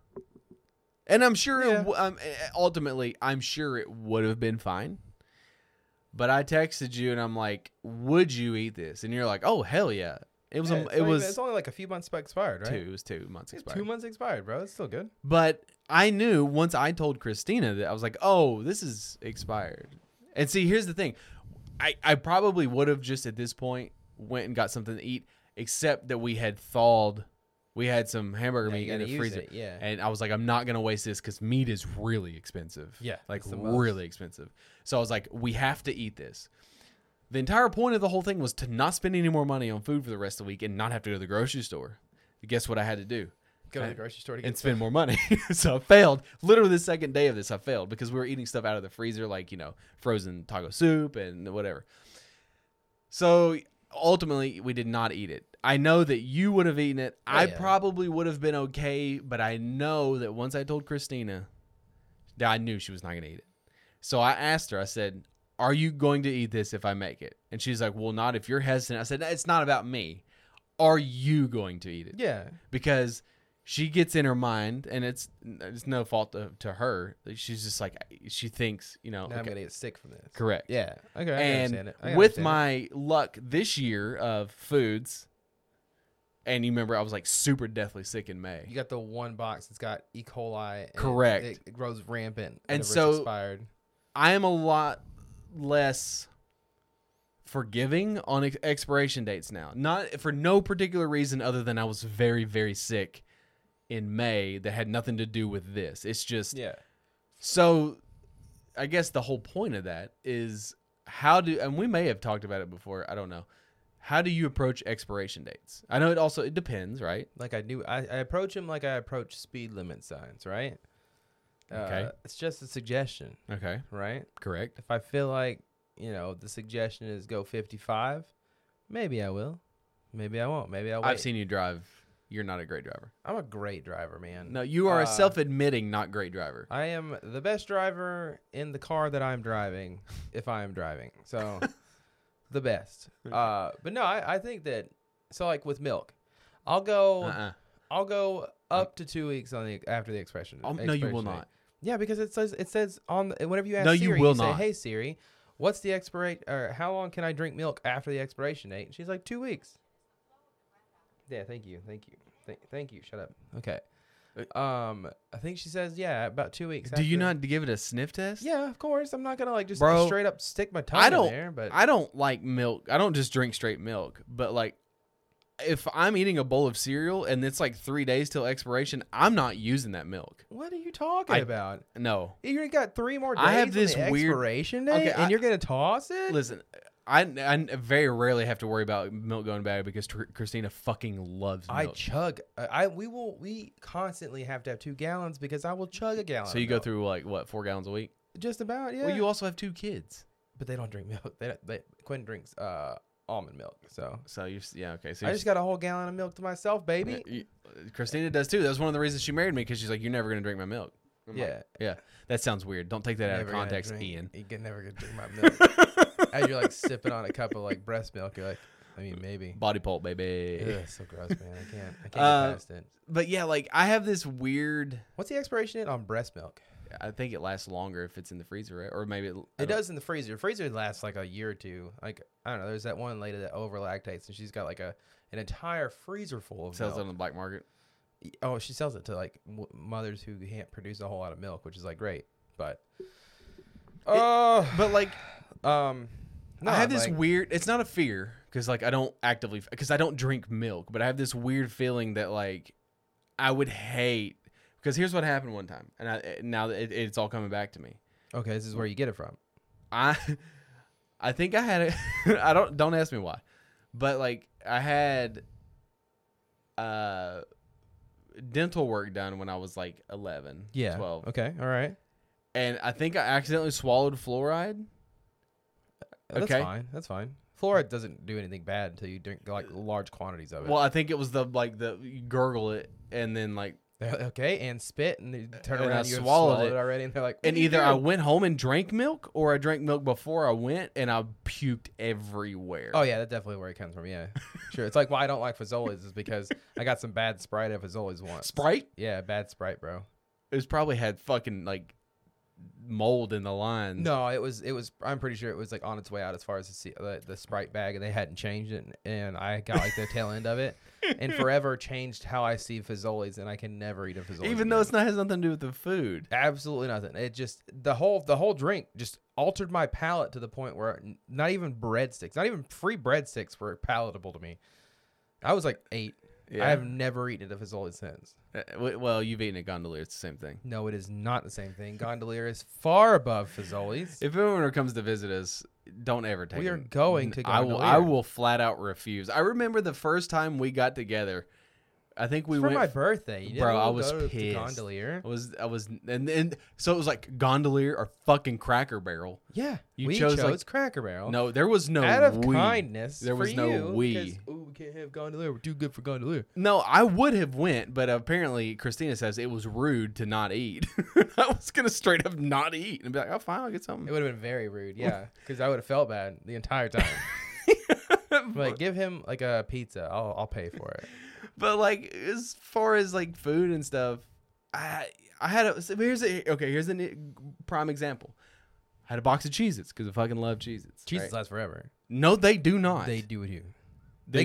S2: and I'm sure it
S1: Yeah.
S2: w- um, ultimately I'm sure it would have been fine. But I texted you and I'm like, "Would you eat this?" And you're like, "Oh hell yeah!" It was
S1: Yeah,
S2: a,
S1: it's
S2: it
S1: not even-
S2: was
S1: It's only like a few months expired, right?
S2: two it was two months
S1: It's
S2: expired.
S1: Two months expired, bro. It's still good.
S2: But I knew once I told Christina that I was like, "Oh, this is expired." And see, here's the thing. I I probably would have just at this point went and got something to eat except that we had thawed we had some hamburger
S1: Yeah, you
S2: meat in
S1: gotta
S2: the
S1: use
S2: freezer.
S1: it, yeah.
S2: And I was like, I'm not gonna waste this because meat is really expensive.
S1: Yeah,
S2: Like
S1: it's the most.
S2: really expensive. So I was like, we have to eat this. The entire point of the whole thing was to not spend any more money on food for the rest of the week and not have to go to the grocery store. Guess what I had to do?
S1: Go to
S2: I-
S1: the grocery store to get
S2: and spend more money. so I failed. Literally the second day of this, I failed because we were eating stuff out of the freezer, like, you know, frozen taco soup and whatever. So ultimately, we did not eat it. I know that you would have eaten it. I
S1: Oh, yeah.
S2: probably would have been okay, but I know that once I told Christina that I knew she was not going to eat it. So I asked her, I said, Are you going to eat this if I make it? And she's like, Well, not if you're hesitant. I said, "No, It's not about me. Are you going to eat it?
S1: Yeah.
S2: because she gets in her mind, and it's it's no fault to, to her. She's just like she thinks, you know.
S1: Now I'm
S2: Oh, okay,
S1: gonna get sick from this.
S2: correct.
S1: Yeah. Okay. I understand
S2: and
S1: it. I
S2: with
S1: understand
S2: my luck this year of foods, and you remember I was like super deathly sick in May.
S1: it. you got the one box that's got E. coli. and it-
S2: Correct.
S1: It, grows rampant.
S2: And
S1: whenever it's
S2: so-
S1: expired.
S2: I am a lot less forgiving on ex- expiration dates now. Not for no particular reason other than I was very very sick in May that had nothing to do with this. It's just
S1: Yeah.
S2: so I guess the whole point of that is how do and we may have talked about it before, I don't know. How do you approach expiration dates? I know it also it depends, right?
S1: Like I do. I, I approach him like I approach speed limit signs. Right.
S2: Okay.
S1: Uh, it's just a suggestion,
S2: Okay.
S1: right?
S2: Correct.
S1: If I feel like you know the suggestion is go 55, maybe I will. Maybe I won't. Maybe I'll Oh, wait.
S2: I've seen you drive. You're not a great driver.
S1: I'm a great driver, man.
S2: No, you are
S1: Uh,
S2: a self-admitting not great driver.
S1: I am the best driver in the car that I'm driving, if I am driving. So, the best. Uh, but no, I, I think that so like with milk, I'll go
S2: Uh-uh.
S1: I'll go up to two weeks on the after the expression.
S2: Um, no, you will
S1: expiration date.
S2: not.
S1: Yeah, because it says it says on the, whenever you ask
S2: No, you
S1: Siri,
S2: will
S1: say,
S2: not.
S1: "Hey Siri, what's the expiration or how long can I drink milk after the expiration date?" And she's like, two weeks." Yeah, thank you, thank you, Th- thank you. Shut up. Okay. Um, I think she says, "Yeah, about two weeks."
S2: Uh, Do you
S1: after-
S2: not give it a sniff test?
S1: Yeah, of course. I'm not gonna like just
S2: Bro,
S1: straight up stick my tongue
S2: I don't.
S1: in there, but
S2: I don't like milk. I don't just drink straight milk. But like, if I'm eating a bowl of cereal and it's like three days till expiration, I'm not using that milk.
S1: what are you talking
S2: I-
S1: about?
S2: No.
S1: You already got three more days.
S2: I have
S1: on
S2: this
S1: the
S2: weird-
S1: expiration
S2: Okay,
S1: date, and
S2: I-
S1: you're gonna toss it.
S2: Listen, I, I very rarely have to worry about milk going bad because Tr- Christina fucking loves
S1: I
S2: milk.
S1: chug. I I- we will. We constantly have to have two gallons because I will chug a gallon.
S2: so
S1: of
S2: you go
S1: milk.
S2: through like what four gallons a week?
S1: just about yeah.
S2: Well, you also have two kids,
S1: but they don't drink milk. They, don't- they Quinn drinks uh almond milk. So
S2: so you have yeah okay. So
S1: I
S2: you've-
S1: just got a whole gallon of milk to myself, baby.
S2: you- Christina does too. That was one of the reasons she married me because she's like, you're never gonna drink my milk. I'm like,
S1: Yeah,
S2: Yeah, that sounds weird. Don't take that out
S1: never
S2: of
S1: gonna
S2: context,
S1: drink-
S2: Ian.
S1: You can never gonna drink my milk. As you're like sipping on a cup of like breast milk, you're like, I mean, maybe.
S2: Body pulp, baby.
S1: Ugh, so gross, man. I can't. I can't
S2: Uh,
S1: get past it.
S2: But yeah, like I have this weird.
S1: What's the expiration date on breast milk?
S2: I think it lasts longer if it's in the freezer, right? Or maybe it, I
S1: It
S2: don't-
S1: does in the freezer. Freezer lasts like a year or two. Like I don't know. There's that one lady that over lactates, and she's got like a an entire freezer full of
S2: sells it on
S1: milk.
S2: the black market.
S1: Oh, she sells it to like w- mothers who can't produce a whole lot of milk, which is like great, but oh,
S2: But like
S1: but um, no,
S2: I have this
S1: like,
S2: weird. It's not a fear because like I don't actively because I don't drink milk, but I have this weird feeling that like I would hate because here's what happened one time, and I now it, it's all coming back to me.
S1: okay, this is where you get it from.
S2: I I think I had a I don't don't ask me why. But like I had uh dental work done when I was like 11,
S1: Yeah.
S2: 12.
S1: Okay. All right.
S2: And I think I accidentally swallowed fluoride.
S1: That's
S2: Okay.
S1: fine. That's fine. Fluoride doesn't do anything bad until you drink like large quantities of it.
S2: Well, I think it was the like the you gurgle it and then like
S1: okay, and spit, and you turn
S2: And I
S1: around, you have
S2: swallowed
S1: swallowed it.
S2: it.
S1: already, and they're like, "What
S2: and
S1: did you
S2: either I
S1: do?"
S2: went home and drank milk or I drank milk before I went and I puked everywhere.
S1: Oh yeah, that's definitely where it comes from. Yeah, sure. It's like why I don't like Fazoli's is because I got some bad Sprite at Fazoli's once.
S2: Sprite
S1: Yeah, bad Sprite, bro.
S2: it was probably had fucking like mold in the lines.
S1: No, it was it was. I'm pretty sure it was like on its way out as far as the se- the, the Sprite bag, and they hadn't changed it, and, and I got like the tail end of it, and forever changed how I see Fazoli's, and I can never eat a Fazoli's.
S2: even though
S1: again.
S2: it's not has nothing to do with the food.
S1: absolutely nothing. It just the whole the whole drink just altered my palate to the point where n- not even breadsticks, not even free breadsticks were palatable to me. I was like eight. I
S2: Yeah.
S1: have never eaten a Fazoli since.
S2: Uh, w- Well, you've eaten a gondolier; it's the same thing.
S1: No, it is not the same thing. Gondolier is far above Fazoli's.
S2: If anyone ever comes to visit us, don't ever take.
S1: We are
S2: them.
S1: going to
S2: I will. I
S1: Gondolier.
S2: will flat out refuse. I remember the first time we got together. I think we
S1: for
S2: went
S1: my birthday, you didn't
S2: Bro,
S1: wanna
S2: I was
S1: go to
S2: pissed.
S1: Gondolier.
S2: I was. I was, and then so it was like gondolier or fucking Cracker Barrel.
S1: Yeah,
S2: You
S1: we
S2: chose,
S1: chose,
S2: like-
S1: Cracker Barrel.
S2: No, there was no
S1: out of
S2: we.
S1: kindness.
S2: There
S1: for
S2: was no
S1: you, 'cause,
S2: we.
S1: "Ooh, we can't have Gondolier. We're too good for Gondolier.
S2: No, I would have went, but apparently Christina says it was rude to not eat. I was gonna straight up not eat and be like, "Oh, fine, I'll get
S1: It
S2: something."
S1: would have been very rude. Yeah, because I would have felt bad the entire time. like, give him like a pizza. I'll I'll pay for it.
S2: but like as far as like food and stuff, I I had a so here's a okay here's a n- prime example. I had a box of Cheez-Its because I fucking love Cheez-Its.
S1: Cheez
S2: right?
S1: lasts forever.
S2: No, they do not.
S1: They do it here.
S2: They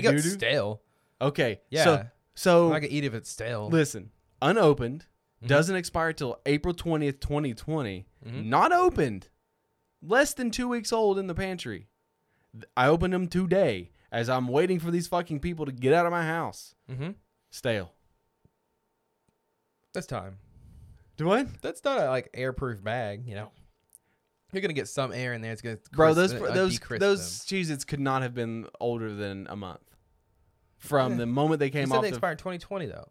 S1: They, got
S2: do Oh. do?
S1: stale.
S2: Okay.
S1: Yeah.
S2: So
S1: I'm
S2: so
S1: not gonna eat if it's stale.
S2: listen, unopened,
S1: Mm-hmm.
S2: doesn't expire till April 20th, 2020. Not opened. Less than 2 weeks old in the pantry. Th- I opened them today as I'm waiting for these fucking people to get out of my house.
S1: Mm-hmm.
S2: Stale.
S1: That's time.
S2: Do what?
S1: That's not a like airproof bag, you know. You're gonna get some air in there. It's gonna
S2: Bro,
S1: crisp
S2: those
S1: it, uh,
S2: those
S1: decrisp
S2: those Cheez-Its could not have been older than a month. From the moment they
S1: them.
S2: came
S1: You said
S2: off
S1: they
S2: the
S1: expired 2020 though.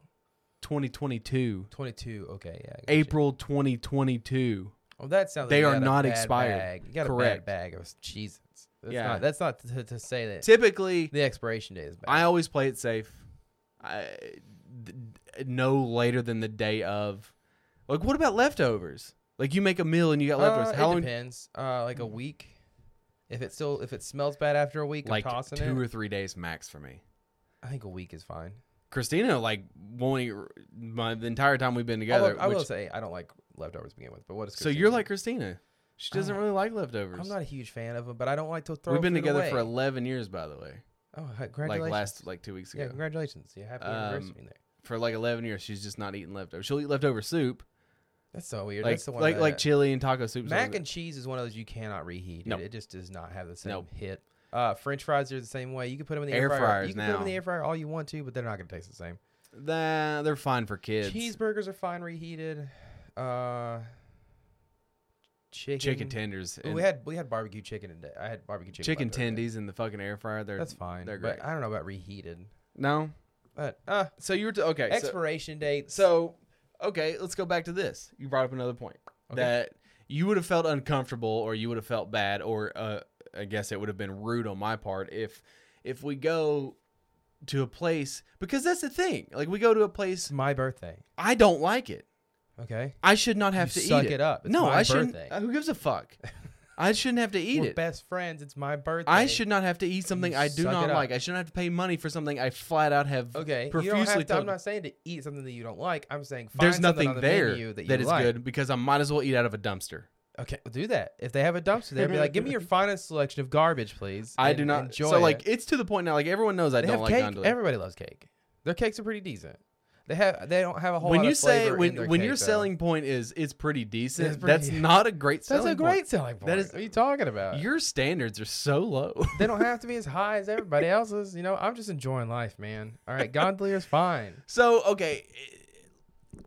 S2: 2022,
S1: 22. Okay, yeah. I got you.
S2: April 2022.
S1: Oh, that sounds.
S2: They
S1: like you
S2: are
S1: got a
S2: not
S1: bad
S2: expired.
S1: Bag. You got
S2: Correct.
S1: a bad bag of cheeses. That's
S2: Yeah.
S1: Not, that's not to, to say that
S2: Typically,
S1: the expiration date is bad.
S2: I always play it safe. I d- d- no later than the day of. Like, what about leftovers? Like, you make a meal and you got leftovers.
S1: Uh,
S2: How
S1: it
S2: long?
S1: depends. Uh,
S2: Mm.
S1: like a week. If it still if it smells bad after a week,
S2: Like
S1: I'm tossing
S2: two
S1: it.
S2: or three days max for me.
S1: I think a week is fine.
S2: Christina, like, won't eat r- my, the entire time we've been
S1: Although,
S2: together.
S1: I will
S2: which-
S1: say I don't like leftovers to begin with. But what is
S2: so you're
S1: Christina's?
S2: like Christina. She doesn't
S1: Uh,
S2: really like leftovers.
S1: I'm not a huge fan of them, but I don't like to throw.
S2: We've been
S1: food
S2: together for
S1: away.
S2: 11 years, by the way.
S1: oh, hi-
S2: Like
S1: congratulations!
S2: last, like two weeks ago.
S1: yeah, congratulations! Yeah, happy
S2: Um,
S1: anniversary in there.
S2: for like 11 years, she's just not eating leftovers. She'll eat leftover soup,
S1: That's so weird.
S2: like
S1: That's the one
S2: like
S1: that,
S2: like chili and taco soup. and stuff like
S1: mac
S2: that.
S1: and cheese is one of those you cannot reheat.
S2: No.
S1: It, it just does not have the same
S2: Nope.
S1: hit. Uh, French fries are the same way. You can put them in the
S2: Air
S1: air, fryer.
S2: fryers
S1: You can put them in
S2: now.
S1: the air fryer all you want to, but they're not going to taste the same.
S2: Nah, they're fine for kids.
S1: Cheeseburgers are fine reheated. Uh, chicken.
S2: chicken tenders.
S1: Ooh,
S2: and
S1: Mm. we had we had barbecue chicken today. I had barbecue chicken.
S2: chicken
S1: leftover today.
S2: tendies in the fucking air fryer. They're
S1: That's fine.
S2: They're
S1: but
S2: great.
S1: I don't know about reheated.
S2: no.
S1: But uh,
S2: So you were to, okay. So,
S1: expiration date.
S2: so okay, let's go back to this. You brought up another point
S1: Okay.
S2: that you would have felt uncomfortable, or you would have felt bad, or uh, I guess it would have been rude on my part if if we go to a place because that's the thing. Like we go to a place,
S1: it's my birthday.
S2: I don't like it.
S1: Okay.
S2: I should not have
S1: You
S2: to
S1: suck
S2: eat it.
S1: it up. It's
S2: no,
S1: my
S2: I shouldn't.
S1: birthday.
S2: uh, Who gives a fuck? I shouldn't have to eat
S1: We're
S2: it.
S1: best friends. It's my birthday.
S2: I should not have to eat something I do
S1: suck
S2: not
S1: it up.
S2: like. I shouldn't have to pay money for something I flat out have
S1: Okay, you
S2: profusely
S1: don't have to,
S2: told.
S1: I'm not saying to eat something that you don't like. I'm saying find
S2: There's
S1: something
S2: nothing
S1: on the
S2: there
S1: menu that, you
S2: that is
S1: like.
S2: good because I might as well eat out of a dumpster.
S1: Okay, well, do that. If they have a dumpster there, be like, give me your finest selection of garbage, please.
S2: I
S1: and
S2: do not.
S1: enjoy.
S2: so like
S1: it.
S2: it's to the point now. Like everyone knows I
S1: they
S2: don't
S1: have
S2: like
S1: cake.
S2: gondola.
S1: Everybody loves cake. Their cakes are pretty decent. They have they don't have a whole.
S2: when
S1: lot
S2: you
S1: of
S2: say
S1: flavor in
S2: when
S1: their
S2: when
S1: cake,
S2: your
S1: though.
S2: selling point is it's pretty decent,
S1: It's
S2: that's
S1: pretty-
S2: not a great
S1: that's
S2: selling.
S1: a great selling point.
S2: That is-
S1: what are you talking about?
S2: Point. Your standards are so low.
S1: they don't have to be as high as everybody else's. You know, I'm just enjoying life, man. All right, gondolier's fine.
S2: so okay,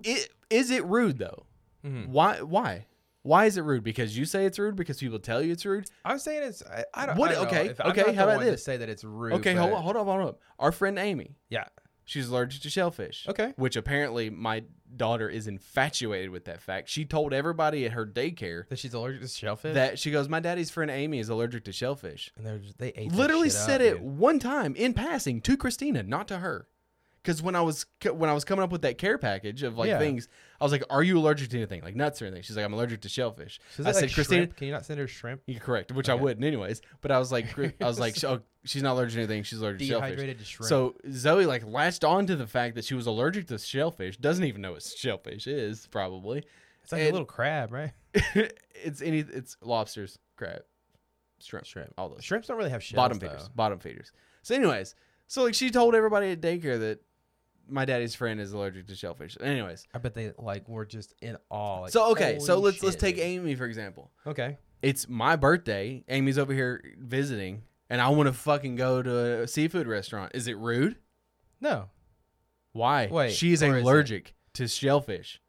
S2: it, is it rude though?
S1: Mhm.
S2: Why why why is it rude? Because you say it's rude. Because people tell you it's rude.
S1: I'm saying it's I, I don't.
S2: What-
S1: I don't know
S2: okay,
S1: if- I'm
S2: okay,
S1: not
S2: how
S1: the
S2: about
S1: one to
S2: this?
S1: Say that it's rude.
S2: Okay, hold
S1: but-
S2: on, hold on, hold up. Our friend Amy,
S1: Yeah.
S2: she's allergic to shellfish.
S1: Okay.
S2: Which apparently my daughter is infatuated with that fact. She told everybody at her daycare
S1: That she's allergic to shellfish.
S2: that she goes, My daddy's friend Amy is allergic to shellfish.
S1: and they're just, they ate. that
S2: Literally
S1: shit
S2: said
S1: up,
S2: it
S1: dude.
S2: one time in passing to Christina, not to her. Because when I was when I was coming up with that care package of like
S1: Yeah.
S2: things, I was like, "Are you allergic to anything like nuts or anything?" She's like, "I'm allergic to shellfish."
S1: So is
S2: I
S1: that,
S2: said,
S1: like,
S2: "Christina,
S1: shrimp? can you not send her shrimp?
S2: you're correct," which I
S1: Okay.
S2: wouldn't anyways. But I was like, "Gr- "I was like, oh, she's not allergic to anything. She's allergic to shellfish."
S1: Dehydrated to shrimp.
S2: So Zoe like latched on to the fact that she was allergic to shellfish. Doesn't even know what shellfish is. Probably
S1: it's like
S2: and-
S1: a little crab, right?
S2: it's any it's lobsters, crab, shrimp,
S1: Shrimp.
S2: all those
S1: Shrimps don't really have shells.
S2: bottom
S1: though.
S2: feeders, bottom feeders. So, anyways, so like she told everybody at daycare that my daddy's friend is allergic to shellfish. Anyways,
S1: I bet they like were just in awe. like,
S2: so okay, so
S1: "Holy
S2: let's let's
S1: shit,
S2: take
S1: dude."
S2: Amy for example.
S1: Okay.
S2: It's my birthday. Amy's over here visiting, and I want to fucking go to a seafood restaurant. Is it rude?
S1: No,
S2: Why?
S1: Wait,
S2: she is
S1: or is it?
S2: allergic to shellfish.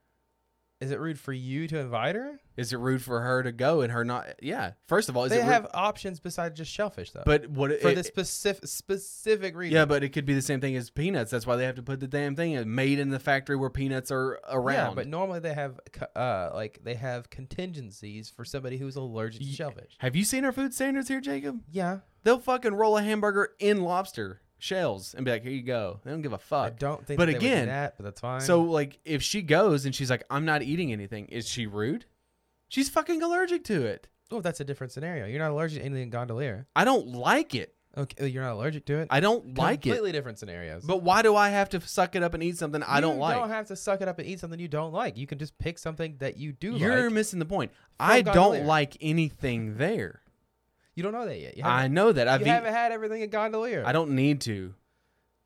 S1: is it rude for you to invite her?
S2: Is it rude for her to go and her not? Yeah. First of all, is
S1: they
S2: it rude?
S1: have options besides just shellfish, though.
S2: But what
S1: for
S2: it,
S1: the specific specific reason.
S2: Yeah, but it could be the same thing as peanuts. That's why they have to put the damn thing in- made in the factory where peanuts are around.
S1: Yeah, but normally they have co- uh like they have contingencies for somebody who's allergic to
S2: Ye-
S1: shellfish.
S2: have you seen our food standards here, Jacob?
S1: Yeah,
S2: They'll fucking roll a hamburger in lobster shells and be like, "Here you go." They don't give a
S1: I
S2: fuck.
S1: don't think.
S2: uh, but
S1: that they would do
S2: again,
S1: that, but that's fine.
S2: So like, if she goes and she's like, "I'm not eating anything," is she rude? She's fucking allergic to it.
S1: oh, that's a different scenario. You're not allergic to anything gondolier.
S2: I don't like it.
S1: Okay, oh, you're not allergic to it.
S2: I don't like it.
S1: Completely different scenarios.
S2: But why do I have to suck it up and eat something I don't
S1: you
S2: like?
S1: don't have to suck it up and eat something you don't like. You can just pick something that you do
S2: You're
S1: like.
S2: missing the point. I
S1: Gone
S2: don't
S1: Lair.
S2: like anything there.
S1: You don't know that yet. You
S2: I
S1: haven't-
S2: know that. I've
S1: You
S2: eat,
S1: haven't had everything at Gondolier.
S2: I don't need to.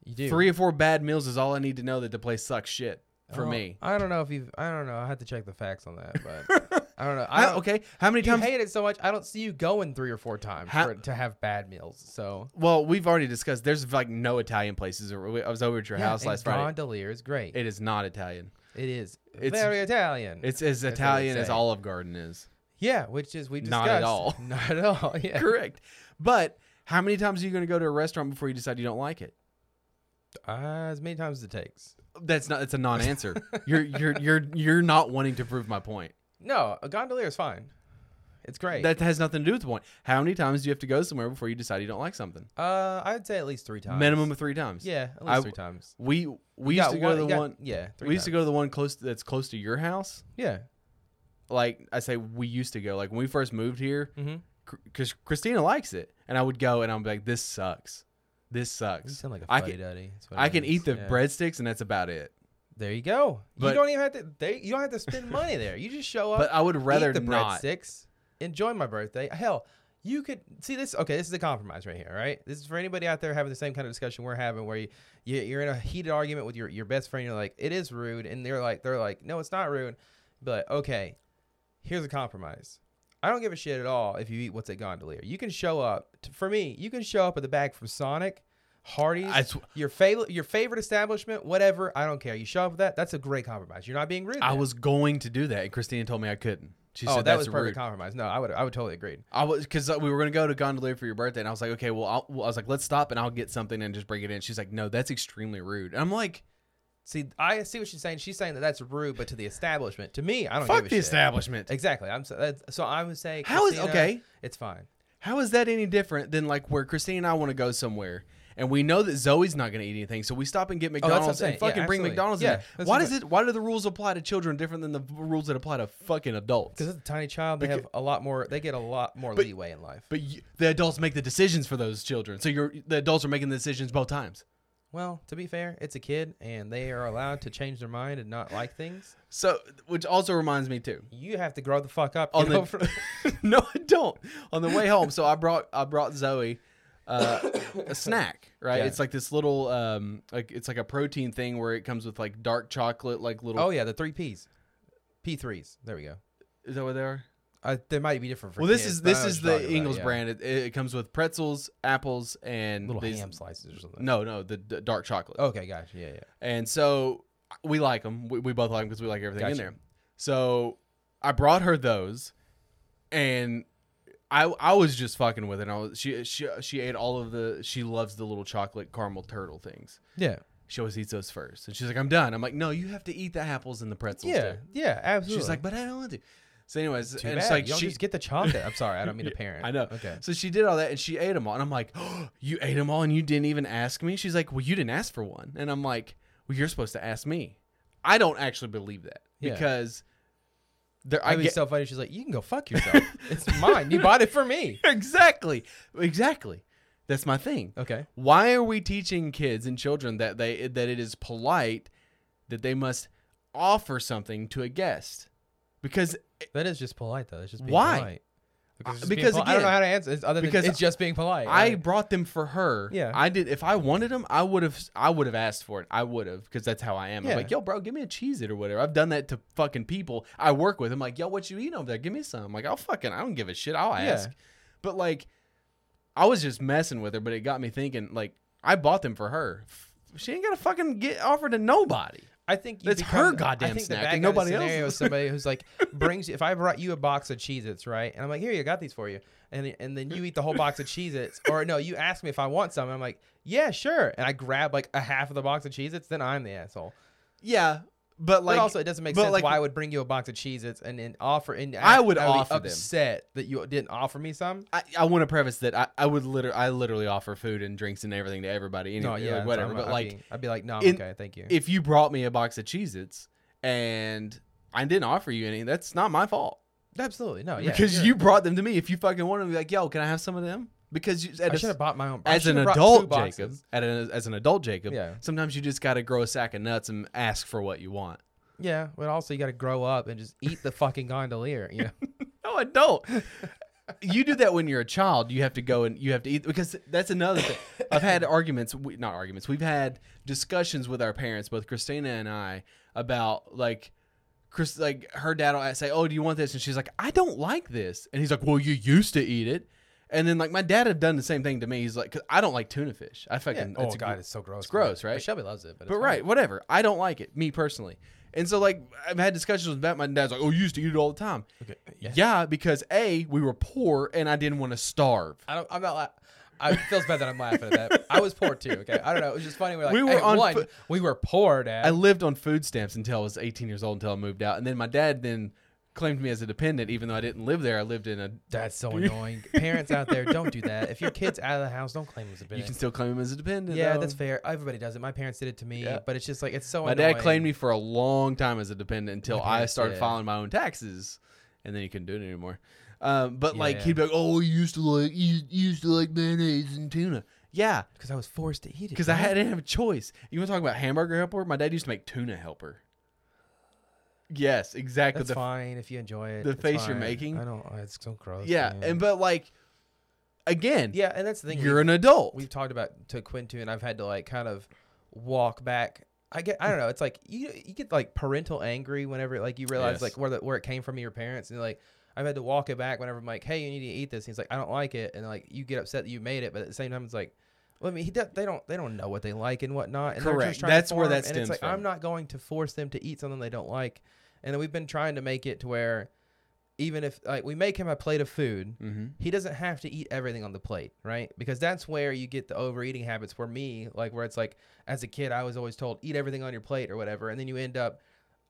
S1: You do.
S2: Three or four bad meals is all I need to know that the place sucks shit for
S1: Oh,
S2: me.
S1: I don't know if you've. I don't know. I had to check the facts on that, but I don't know. I
S2: I-
S1: don't,
S2: okay, how many
S1: You
S2: times?
S1: hate it so much. I don't see you going three or four times
S2: How-
S1: for, to have bad meals. So
S2: well, we've already discussed. There's like no Italian places. Or we- I was over at your
S1: Yeah,
S2: house
S1: and
S2: last Friday.
S1: Gondolier is great.
S2: It is not Italian.
S1: it is.
S2: it's-
S1: very Italian.
S2: It's as
S1: That's what they
S2: Italian as
S1: say.
S2: Olive Garden is.
S1: yeah, which is we discussed.
S2: Not at all.
S1: Not at all. Yeah.
S2: Correct. But how many times are you going to go to a restaurant before you decide you don't like it?
S1: Uh, As many times as it takes.
S2: That's not. It's a non-answer. you're you're you're you're not wanting to prove my point.
S1: No, a gondolier is fine. It's great.
S2: That has nothing to do with the point. How many times do you have to go somewhere before you decide you don't like something?
S1: uh, I'd say at least three times.
S2: Minimum of three times.
S1: Yeah, at least
S2: I-
S1: three times.
S2: We we
S1: You
S2: used
S1: got
S2: to go
S1: one-
S2: to
S1: you
S2: the
S1: got-
S2: one.
S1: Yeah, three
S2: we used to
S1: times.
S2: go to the one close that's close to your house.
S1: Yeah.
S2: Like I say, we used to go. Like when we first moved here,
S1: Mm-hmm.
S2: because Christina likes it, and I would go and I'm like, this sucks. This
S1: You
S2: sucks.
S1: sound like a
S2: I
S1: fuddy
S2: can
S1: duddy. That's what
S2: I
S1: it
S2: can
S1: is.
S2: eat the
S1: Yeah.
S2: breadsticks and that's about it.
S1: There you go.
S2: But-
S1: you don't even have to. They, you don't have to spend money there. You just show up.
S2: But I would rather
S1: eat the
S2: not.
S1: breadsticks. Enjoy my birthday. Hell, you could see this. Okay, this is a compromise right here. Right, this is for anybody out there having the same kind of discussion we're having, where you, you you're in a heated argument with your your best friend. You're like, it is rude, and they're like, they're like, no, it's not rude. But okay, here's a compromise. I don't give a shit at all if you eat what's at Gondolier. You can show up. t for me, you can show up with a bag from Sonic, Hardee's,
S2: I sw-
S1: your favorite your favorite establishment, whatever. I don't care. You show up with that. That's a great compromise. You're not being rude.
S2: I
S1: then.
S2: was going to do that, and Christina told me I couldn't. She
S1: Oh,
S2: said
S1: that
S2: that's
S1: was perfect
S2: rude.
S1: compromise. No, I would I would totally agree.
S2: I was because we were gonna go to Gondolier for your birthday, and I was like, okay, well, I'll, well, I was like, let's stop and I'll get something and just bring it in. She's like, no, that's extremely rude. And I'm like,
S1: See, I see what she's saying. She's saying that that's rude, but to the establishment, to me, I don't
S2: fuck
S1: give a
S2: the
S1: shit.
S2: establishment.
S1: Exactly. I'm so, that's, so I would say
S2: How is-
S1: Christina,
S2: okay.
S1: It's fine.
S2: How is that any different than like where Christine and I want to go somewhere? And we know that Zoe's not going to eat anything, so we stop and get
S1: Oh, what I'm
S2: McDonald's and
S1: saying. Yeah,
S2: fucking bring
S1: absolutely.
S2: McDonald's.
S1: Yeah,
S2: Yeah, in there.
S1: that's
S2: Why
S1: what
S2: does it? Why do the rules apply to children different than the v- rules that apply to fucking adults?
S1: Because as a tiny child, they have a lot more. They get a lot more
S2: But-
S1: leeway in life.
S2: But you, the adults make the decisions for those children, so you're the adults are making the decisions both times.
S1: well, to be fair, it's a kid, and they are allowed to change their mind and not like things.
S2: So, which also reminds me too.
S1: You have to grow the fuck up.
S2: On
S1: get
S2: the-
S1: over-
S2: no, I don't. On the way home, so I brought I brought Zoe uh, a snack. Right,
S1: Yeah.
S2: it's like this little um, like it's like a protein thing where it comes with like dark chocolate, like little.
S1: oh yeah, the three P's, P threes. There we go.
S2: Is that what they are?
S1: Uh, they might be different. For
S2: Well, this
S1: kids,
S2: is
S1: but I know
S2: this
S1: what
S2: is
S1: you're
S2: the
S1: talking about,
S2: Ingles
S1: yeah.
S2: brand. It, it comes with pretzels, apples, and
S1: Little
S2: these-
S1: ham slices or something.
S2: No, no, the, the dark chocolate.
S1: Okay, gotcha. Yeah, yeah.
S2: And so we like them. We, we both like them because we like everything in
S1: Gotcha.
S2: there. So I brought her those, and I I was just fucking with it. I was, she she she ate all of the. She loves the little chocolate caramel turtle things.
S1: Yeah.
S2: She always eats those first, and she's like, "I'm done." I'm like, "No, you have to eat the apples and the pretzels."
S1: Yeah.
S2: too."
S1: Yeah. Absolutely.
S2: She's like, "But I don't want to." So, anyways,
S1: Too
S2: and
S1: bad.
S2: it's like
S1: Y'all
S2: she
S1: just get the chocolate. I'm sorry, I don't mean to
S2: Yeah,
S1: parent.
S2: I know.
S1: Okay.
S2: So she did all that and she ate them all. And I'm like, oh, you ate them all and you didn't even ask me? She's like, well, you didn't ask for one. And I'm like, well, you're supposed to ask me. I don't actually believe that
S1: Yeah.
S2: because there, I
S1: I'd be
S2: get,
S1: so funny. She's like, "You can go fuck yourself. it's mine. You bought it for me."
S2: exactly, exactly. That's my thing.
S1: Okay.
S2: Why are we teaching kids and children that they that it is polite that they must offer something to a guest? Because
S1: That is just polite, though. It's just being
S2: Why?
S1: polite. Because, it's
S2: Uh,
S1: just being
S2: because
S1: poli- I don't know
S2: again-
S1: how to answer. It's other than
S2: because
S1: it's just being polite.
S2: I
S1: right?
S2: brought them for her.
S1: Yeah.
S2: I did. If I wanted them, I would have. I would have asked for it. I would have because that's how I am.
S1: Yeah.
S2: I'm like, yo, bro, give me a cheese it or whatever. I've done that to fucking people I work with. I'm like, yo, what you eating over there? Give me some. I'm like, I'll fucking. I don't give a shit. I'll
S1: Yeah.
S2: ask. But like, I was just messing with her, but it got me thinking. Like, I bought them for her. F- She ain't gonna fucking get offered to nobody.
S1: I think you
S2: It's
S1: become-
S2: her
S1: I
S2: goddamn
S1: think the
S2: snack
S1: bad
S2: and
S1: guy in the
S2: nobody else's.
S1: scenario is somebody who's like brings. you If I brought you a box of Cheez-Its, right, and I'm like, "Here, you got these for you," and and then you eat the whole box of Cheez-Its, or no, you ask me if I want some, and I'm like, "Yeah, sure," and I grab like a half of the box of Cheez-Its, then I'm the asshole.
S2: Yeah, but like,
S1: but also, it doesn't make
S2: but,
S1: sense
S2: like-
S1: why I would bring you a box of Cheez-Its and then offer. And
S2: I would
S1: be
S2: offer them.
S1: upset that you didn't offer me some.
S2: I, I want to preface that I, I would literally I literally offer food and drinks and everything to everybody. Anyway,
S1: No, yeah,
S2: like,
S1: so
S2: whatever.
S1: I'm-
S2: but
S1: I'd
S2: like,
S1: be- I'd be like, no, I'm
S2: in-
S1: okay, thank you.
S2: if you brought me a box of Cheez Its and I didn't offer you any, that's not my fault.
S1: Absolutely, no, Oh, yeah,
S2: because
S1: sure.
S2: you brought them to me. If you fucking wanted to be like, yo, can I have some of them? because you,
S1: I
S2: at
S1: should
S2: a,
S1: have bought my own. I
S2: as an
S1: should've brought two
S2: adult Jacob,
S1: boxes.
S2: at an, as an adult Jacob,
S1: Yeah.
S2: sometimes you just got to grow a sack of nuts and ask for what you want.
S1: Yeah, but also you got to grow up and just eat the fucking gondolier. You know,
S2: No, I don't. you do that when you're a child. You have to go and you have to eat because that's another thing. I've had arguments, we- not arguments. We've had discussions with our parents, both Christina and I, about like Chris, like her dad will say, "Oh, do you want this?" And she's like, "I don't like this," and he's like, "Well, you used to eat it." And then like my dad have done the same thing to me. He's like, "Cause I don't like tuna fish. I fucking
S1: oh
S2: a
S1: god,
S2: gr-
S1: it's so gross. It's
S2: gross, right?
S1: Shelby loves it, but, it's
S2: but
S1: fine.
S2: right, whatever. I don't like it, me personally. And so like I've had discussions with that. My dad's like, "Oh, you used to eat it all the time."
S1: Okay,
S2: Yeah,
S1: yeah.
S2: because a we were poor and I didn't want to starve.
S1: I don't. I'm not. La- I it feels bad that I'm laughing at that. I was poor too. Okay, I don't know. It was just funny. We're like,
S2: We
S1: we
S2: were
S1: were
S2: on
S1: one,
S2: foot-
S1: we were poor,
S2: I
S1: Dad.
S2: lived on food stamps until I was 18 years old until I moved out, and then my dad then claimed me as a dependent, even though I didn't live there. I lived in a.
S1: That's so annoying. Parents out there, don't do that. If your kid's out of the house, don't claim them as a
S2: You can
S1: bit.
S2: still claim him as a dependent.
S1: Yeah,
S2: though.
S1: that's fair. Everybody does it. My parents did it to me,
S2: Yeah.
S1: but it's just like it's so.
S2: My
S1: annoying.
S2: dad claimed me for a long time as a dependent until
S1: My
S2: I
S1: parents
S2: started
S1: did.
S2: filing my own taxes, and then he couldn't do it anymore. Um, but like
S1: Yeah.
S2: he'd be like, "Oh, you used to like you, you used to like mayonnaise and tuna." Yeah,
S1: because I was forced to eat it.
S2: because I
S1: right?
S2: had- I didn't have a choice. You want to talk about hamburger helper? My dad used to make tuna helper. Yes, exactly.
S1: That's
S2: the
S1: fine if you enjoy it.
S2: the
S1: it's
S2: face you're
S1: fine.
S2: making.
S1: I don't. It's so gross.
S2: Yeah,
S1: man.
S2: and but like again,
S1: yeah, and that's the thing.
S2: you're
S1: we-
S2: an adult.
S1: we've talked about to Quintu, and I've had to like kind of walk back. I get, I don't know. It's like you, you get like parental angry whenever like you realize
S2: Yes.
S1: like where the, where it came from your parents, and like I've had to walk it back whenever I'm like, hey, you need to eat this. he's like, I don't like it, and like you get upset that you made it, but at the same time, it's like. Well, I mean, he do, they don't they don't know what they like and whatnot. And they're
S2: Correct.
S1: Just trying to
S2: That's where
S1: form,
S2: that
S1: and
S2: stems
S1: it's like,
S2: from.
S1: I'm not going to force them to eat something they don't like. And then we've been trying to make it to where, even if like we make him a plate of food,
S2: mm-hmm.
S1: he doesn't have to eat everything on the plate, right? Because that's where you get the overeating habits. Where me, like, where it's like, as a kid, I was always told eat everything on your plate or whatever, and then you end up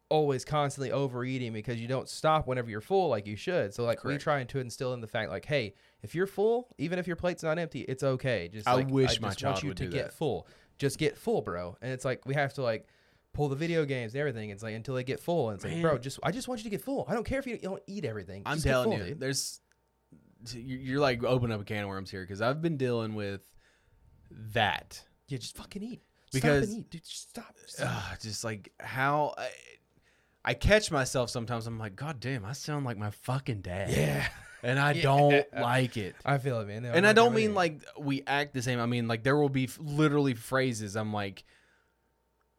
S1: always constantly overeating because you don't stop whenever you're full like you should. So like we
S2: Correct.
S1: trying to instill in the fact like, hey, if you're full, even if your plate's not empty, it's okay. Just
S2: I
S1: like, I
S2: wish my
S1: just
S2: child
S1: want you
S2: would
S1: to
S2: do
S1: get
S2: that.
S1: full. Just get full, bro. And it's like we have to like pull the video games and everything. It's like until they get full. And it's like,
S2: Man.
S1: bro, just I just want you to get full. I don't care if you don't eat everything.
S2: I'm
S1: Just get
S2: telling
S1: full,
S2: you,
S1: dude."
S2: there's you- you're like opening up a can of worms here because I've been dealing with that.
S1: Yeah, just fucking eat.
S2: Because-
S1: stop and eat, dude. Just stop. stop.
S2: Ugh, just like how I, I catch myself sometimes. I'm like, God damn, I sound like my fucking dad.
S1: yeah,
S2: and I
S1: Yeah.
S2: don't like it.
S1: I feel it, man. No,
S2: and
S1: I'm
S2: I
S1: right
S2: don't
S1: there with
S2: mean
S1: you.
S2: like we act the same. I mean like there will be f- literally phrases I'm like,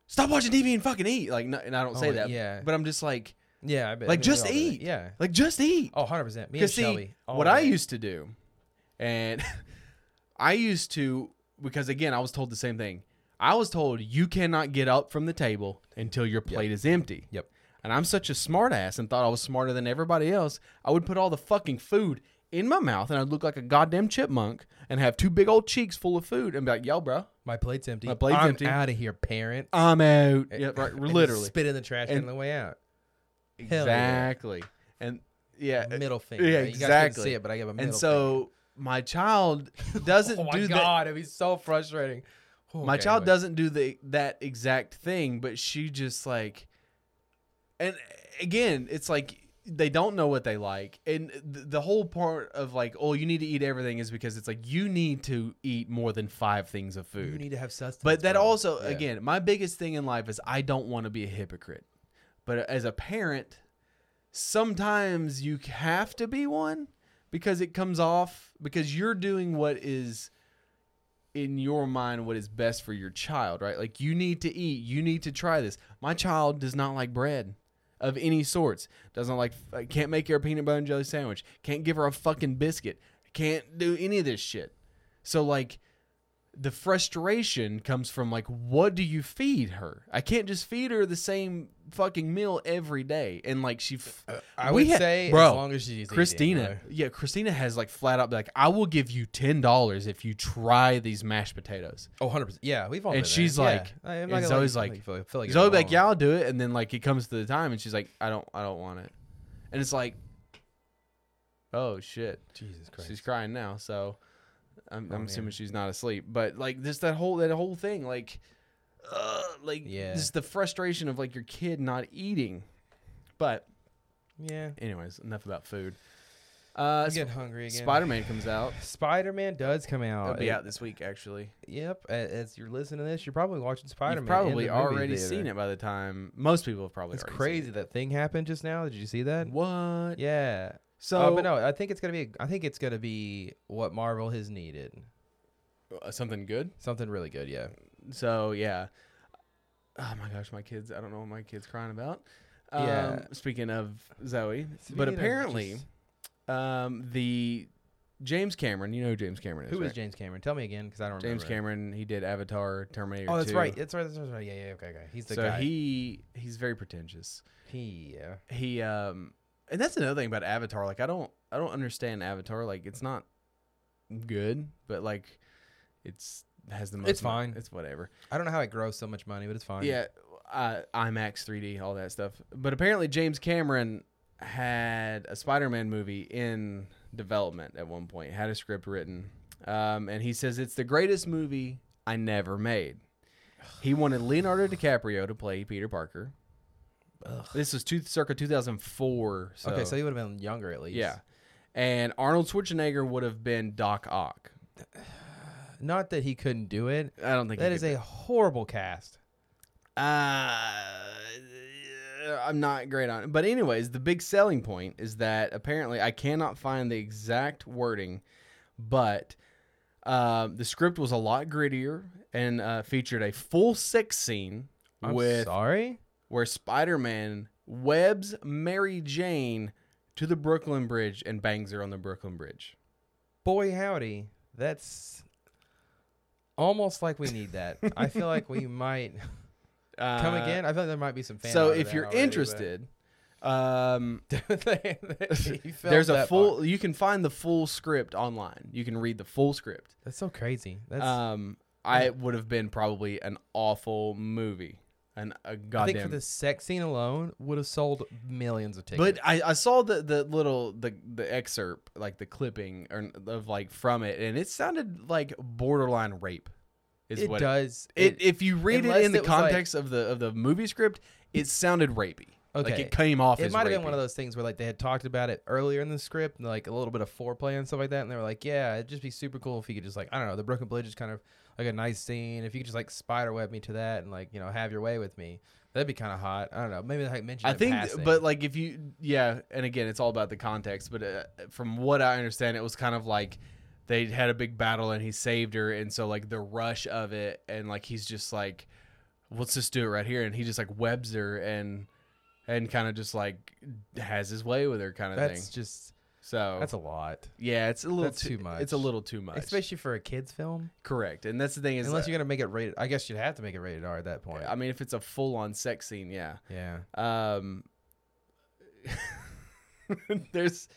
S2: stop watching TV and fucking eat. Like, no, and I don't say
S1: Oh,
S2: that.
S1: yeah.
S2: But I'm just like,
S1: yeah, I bet.
S2: like,
S1: I mean, we
S2: just
S1: all do that.
S2: eat.
S1: Yeah.
S2: like just eat.
S1: Oh, 100 percent. Me and
S2: Because see,
S1: Shelby. all
S2: what
S1: the
S2: I
S1: way.
S2: used to do, and I used to because again I was told the same thing. I was told you cannot get up from the table until your plate is empty.
S1: Yep.
S2: And I'm such a smart ass and thought I was smarter than everybody else. I would put all the fucking food in my mouth and I'd look like a goddamn chipmunk and have two big old cheeks full of food and be like, yo, bro,
S1: My plate's empty.
S2: My plate's
S1: I'm
S2: empty.
S1: Out of here, parent.
S2: I'm out. Yeah, right,
S1: Eh, And just
S2: literally.
S1: spit in the trash can
S2: And-
S1: on the way out. Hell yeah.
S2: Exactly. And yeah.
S1: Middle finger.
S2: Yeah,
S1: You guys couldn't
S2: exactly.
S1: see it, but I give a middle
S2: And so my child
S1: finger.
S2: doesn't
S1: oh my
S2: do that.
S1: god, it'd be so frustrating. Oh,
S2: my
S1: okay,
S2: child
S1: anyway.
S2: doesn't do the that exact thing, but she just like, and again, it's like they don't know what they like, and th- the whole part of like, oh, you need to eat everything is because it's like you need to eat more than five things of
S1: You
S2: food.
S1: need to have sustenance.
S2: but that
S1: bro.
S2: also,
S1: Yeah.
S2: again, my biggest thing in life is I don't want to be a hypocrite, but as a parent, sometimes you have to be one because it comes off because you're doing what is in your mind what is best for your child, right? Like you need to eat, you need to try this. My child does not like bread of any sorts. Doesn't like like, can't make her a peanut butter and jelly sandwich. Can't give her a fucking biscuit. Can't do any of this shit. So like the frustration comes from like what do you feed her? I can't just feed her the same fucking meal every day and like she f-
S1: I
S2: we
S1: would
S2: had-
S1: say
S2: bro,
S1: as long as she's eating,
S2: Christina,
S1: bro.
S2: yeah, Christina has like flat out be like, I will give you ten dollars if you try these mashed potatoes.
S1: Oh, 100 percent. Yeah, we've all.
S2: And
S1: been there.
S2: she's
S1: Yeah.
S2: like-
S1: I- I'm
S2: and
S1: not gonna
S2: Zoe's
S1: lie,
S2: like-
S1: I feel- feel like you're
S2: Zoe be like,
S1: wrong.
S2: yeah, I'll do it, and then like it comes to the time, and she's like, I don't, I don't want it, and it's like, oh shit,
S1: Jesus Christ. Oh,
S2: she's crying now, so I'm, I'm
S1: man.
S2: assuming she's not asleep, but like this, that whole, that whole thing, like, uh, like
S1: Yeah.
S2: just the frustration of like your kid not eating, but
S1: yeah.
S2: anyways, enough about food. Uh,
S1: I'm getting hungry again.
S2: Spider Man comes out.
S1: Spider Man does come out.
S2: It'll be
S1: Oh, It-
S2: out this week, actually.
S1: Yep. a- As you're listening to this, you're probably watching Spider Man.
S2: You've probably already seen it by the time most people have probably.
S1: It's
S2: already
S1: crazy
S2: Seen
S1: that thing happened just now. Did you see that?
S2: it. What?
S1: Yeah.
S2: So,
S1: Uh, but no, I think it's gonna be. I think it's gonna be what Marvel has needed.
S2: uh, something good.
S1: Something really good. Yeah.
S2: So yeah. Oh my gosh, my kids! I don't know what my kids crying about. Um,
S1: Yeah.
S2: Speaking of Zoe,
S1: Speaking
S2: but
S1: of
S2: apparently,
S1: just-
S2: um, the James Cameron. You know who James Cameron is.
S1: Who is
S2: right?
S1: James Cameron? Tell me again, because I don't remember.
S2: James Cameron? He did Avatar, Terminator.
S1: Oh, that's
S2: 2.
S1: right. That's right. That's right. Yeah, yeah. Okay, okay. He's the
S2: so
S1: guy.
S2: he he's very pretentious.
S1: he yeah.
S2: He um, and that's another thing about Avatar. Like I don't I don't understand Avatar. Like it's not good, but like it's has the most.
S1: It's fine.
S2: It's whatever.
S1: I don't know how it grows so much money, but it's fine.
S2: Yeah, uh, IMAX 3D, all that stuff. But apparently, James Cameron had a Spider-Man movie in development at one point. Had a script written, um, and he says it's the greatest movie I never made. He wanted Leonardo DiCaprio to play Peter Parker. This was two, circa 2004. So,
S1: okay, so he would have been younger at least.
S2: yeah, and Arnold Schwarzenegger would have been Doc Ock.
S1: Not that he couldn't do it.
S2: I don't think
S1: That
S2: he
S1: is
S2: could-
S1: a horrible cast.
S2: Uh, I'm not great on it. But, anyways, the big selling point is that apparently I cannot find the exact wording, but um, the script was a lot grittier and uh, featured a full sex scene
S1: I'm
S2: with
S1: sorry.
S2: where Spider Man webs Mary Jane to the Brooklyn Bridge and bangs her on the Brooklyn Bridge.
S1: Boy howdy, that's almost like we need that. I feel like we might
S2: Uh,
S1: come again. I feel like there might be some fans.
S2: So, if you're interested, um, there's a full you can find the full script online you can read the full script
S1: That's so crazy. That's
S2: um i it would have been probably an awful movie and a
S1: I think for
S2: goddamn
S1: the sex scene alone would have sold millions of tickets.
S2: but I, I saw the the little the the excerpt like the clipping or of like from it and it sounded like borderline rape is
S1: it
S2: what
S1: does.
S2: it, if you read it
S1: unless
S2: in the
S1: it was, like-
S2: context of the of the movie script it sounded rapey like
S1: Okay.
S2: it came off
S1: it
S2: as
S1: might have
S2: rapey.
S1: been one of those things where like they had talked about it earlier in the script and like a little bit of foreplay and stuff like that and they were like yeah it'd just be super cool if you could just like i don't know the broken bridge is kind of like a nice scene if you could just like spider web me to that and like you know have your way with me that'd be kind of hot i don't know maybe like mention it
S2: I
S1: in
S2: think,
S1: passing.
S2: but like if you, yeah, and again, it's all about the context. But uh, from what I understand, it was kind of like they had a big battle and he saved her, and so like the rush of it, and like he's just like, let's just do it right here, and he just like webs her and and kind of just like has his way with her kind of
S1: that's
S2: thing.
S1: just
S2: So
S1: that's a lot
S2: yeah, it's a little
S1: that's too much.
S2: It's a little too much.
S1: especially for a kids film
S2: Correct, and that's the thing is,
S1: unless
S2: unless you,
S1: you're gonna make it rated i guess you'd have to make it rated r at that point
S2: I mean, if it's a full on sex scene, yeah.
S1: yeah
S2: Um, there's